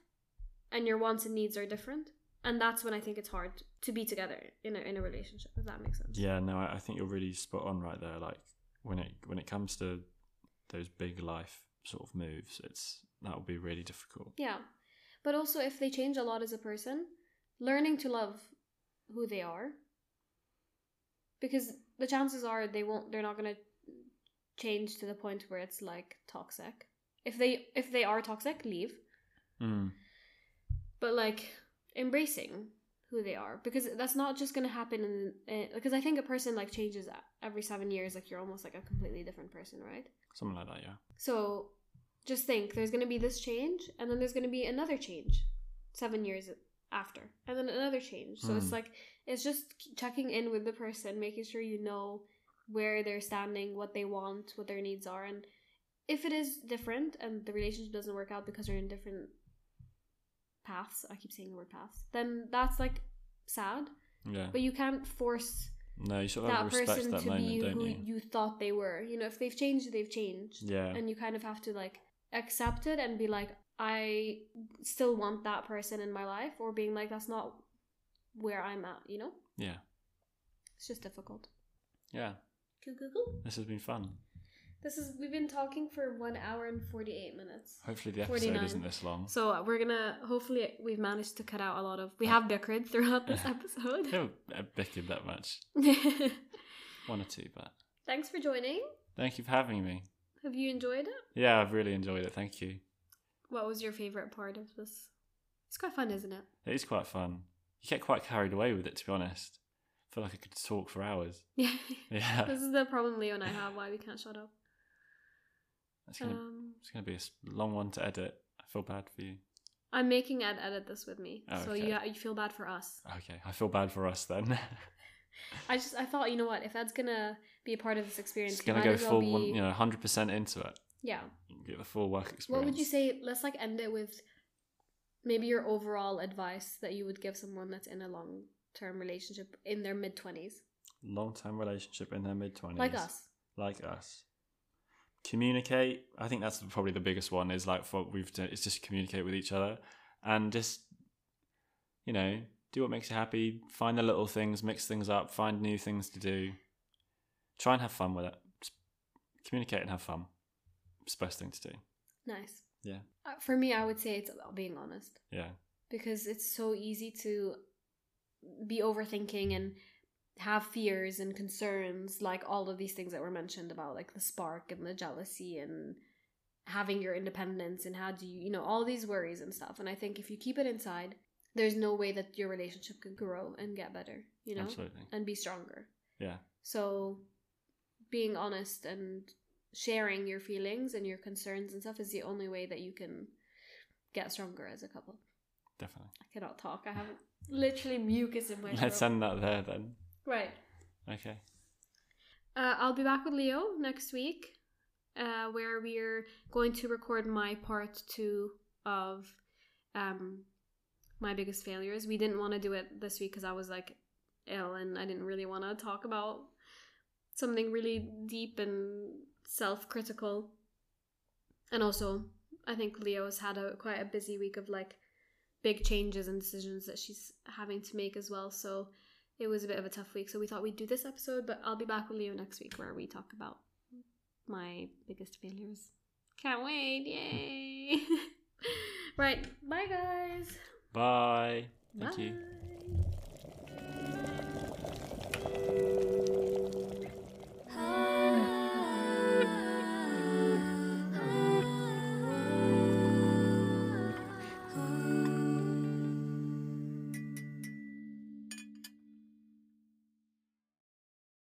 A: and your wants and needs are different and that's when i think it's hard to be together in a, in a relationship if that makes sense
B: yeah, no, I, I think you're really spot on right there. Like when it when it comes to those big life sort of moves, it's that will be really difficult.
A: yeah but also if they change a lot as a person learning to love who they are because the chances are they won't they're not going to change to the point where it's like toxic if they if they are toxic leave
B: Mm.
A: but like embracing who they are because that's not just going to happen in uh, because i think a person like changes every 7 years like you're almost like a completely different person right
B: Something like that. Yeah.
A: so just think there's going to be this change and then there's going to be another change 7 years after and then another change so it's
B: Hmm.
A: like it's just checking in with the person making sure you know where they're standing what they want what their needs are and if it is different and the relationship doesn't work out because they're in different paths i keep saying the word paths then that's like sad
B: Yeah.
A: but you can't force
B: No, you sort of
A: that
B: have to respect
A: person
B: that
A: to be
B: moment, don't
A: who
B: you?
A: you thought they were you know if they've changed they've changed
B: Yeah.
A: and you kind of have to like accept it and be like i still want that person in my life or being like that's not where i'm at you know
B: Yeah.
A: it's just difficult
B: Yeah.
A: Cool, cool, cool.
B: This has been fun.
A: This is we've been talking for one hour and forty eight minutes.
B: Hopefully the episode
A: 49.
B: isn't this long. *laughs*
A: So uh, we're gonna hopefully we've managed to cut out a lot of we have bickered throughout
B: *laughs*
A: this
B: I
A: episode.
B: haven't uh, bickered that much. One or two, but
A: *laughs* Thanks for joining.
B: thank you for having me.
A: Have you enjoyed it?
B: Yeah, I've really enjoyed it. Thank you.
A: What was your favorite part of this? It's quite fun, isn't it?
B: It is quite fun. You get quite carried away with it, to be honest. I feel like I could talk for hours.
A: Yeah.
B: *laughs* Yeah,
A: this is the problem Leo and I have why we can't shut up.
B: it's gonna,
A: Um,
B: it's gonna be a s- long one to edit. I feel bad for you.
A: I'm making Ed edit this with me,
B: Oh,
A: so
B: okay. Oh.
A: you you feel bad for us.
B: Okay, I feel bad for us then. *laughs*
A: I just I thought you know what if Ed's gonna be a part of this experience,
B: it's
A: he
B: gonna
A: might
B: go
A: as well
B: full
A: be-
B: one, you know, hundred percent into it.
A: yeah.
B: Get the full work experience.
A: What would you say? Let's like end it with maybe your overall advice that you would give someone that's in a long term relationship in their mid twenties,
B: Long term relationship in their mid twenties.
A: like us.
B: Like us. Communicate. I think that's probably the biggest one. Is like what we've done. It's just communicate with each other, and just you know do what makes you happy. Find the little things, mix things up, find new things to do. Try and have fun with it. Just communicate and have fun. It's the best thing to do.
A: Nice.
B: Yeah.
A: Uh, for me, I would say it's about being honest.
B: Yeah.
A: because it's so easy to be overthinking and have fears and concerns like all of these things that were mentioned about like the spark and the jealousy and having your independence and how do you you know all these worries and stuff and i think if you keep it inside there's no way that your relationship could grow and get better you know
B: Absolutely.
A: and be stronger
B: Yeah.
A: so being honest and sharing your feelings and your concerns and stuff is the only way that you can get stronger as a couple
B: Definitely.
A: I cannot talk. I have literally mucus in my throat.
B: Let's end that there then.
A: right.
B: Okay.
A: Uh, I'll be back with Leo next week, uh, where we're going to record my part two of um, my biggest failures. We didn't want to do it this week because I was like ill and I didn't really want to talk about something really deep and self critical. And also, I think Leo's had a quite a busy week of like big changes and decisions that she's having to make as well. So it was a bit of a tough week. So we thought we'd do this episode, but I'll be back with Leo next week where we talk about my biggest failures. Can't wait! Yay! *laughs* right, bye guys.
B: Bye. Thank
A: bye.
B: you.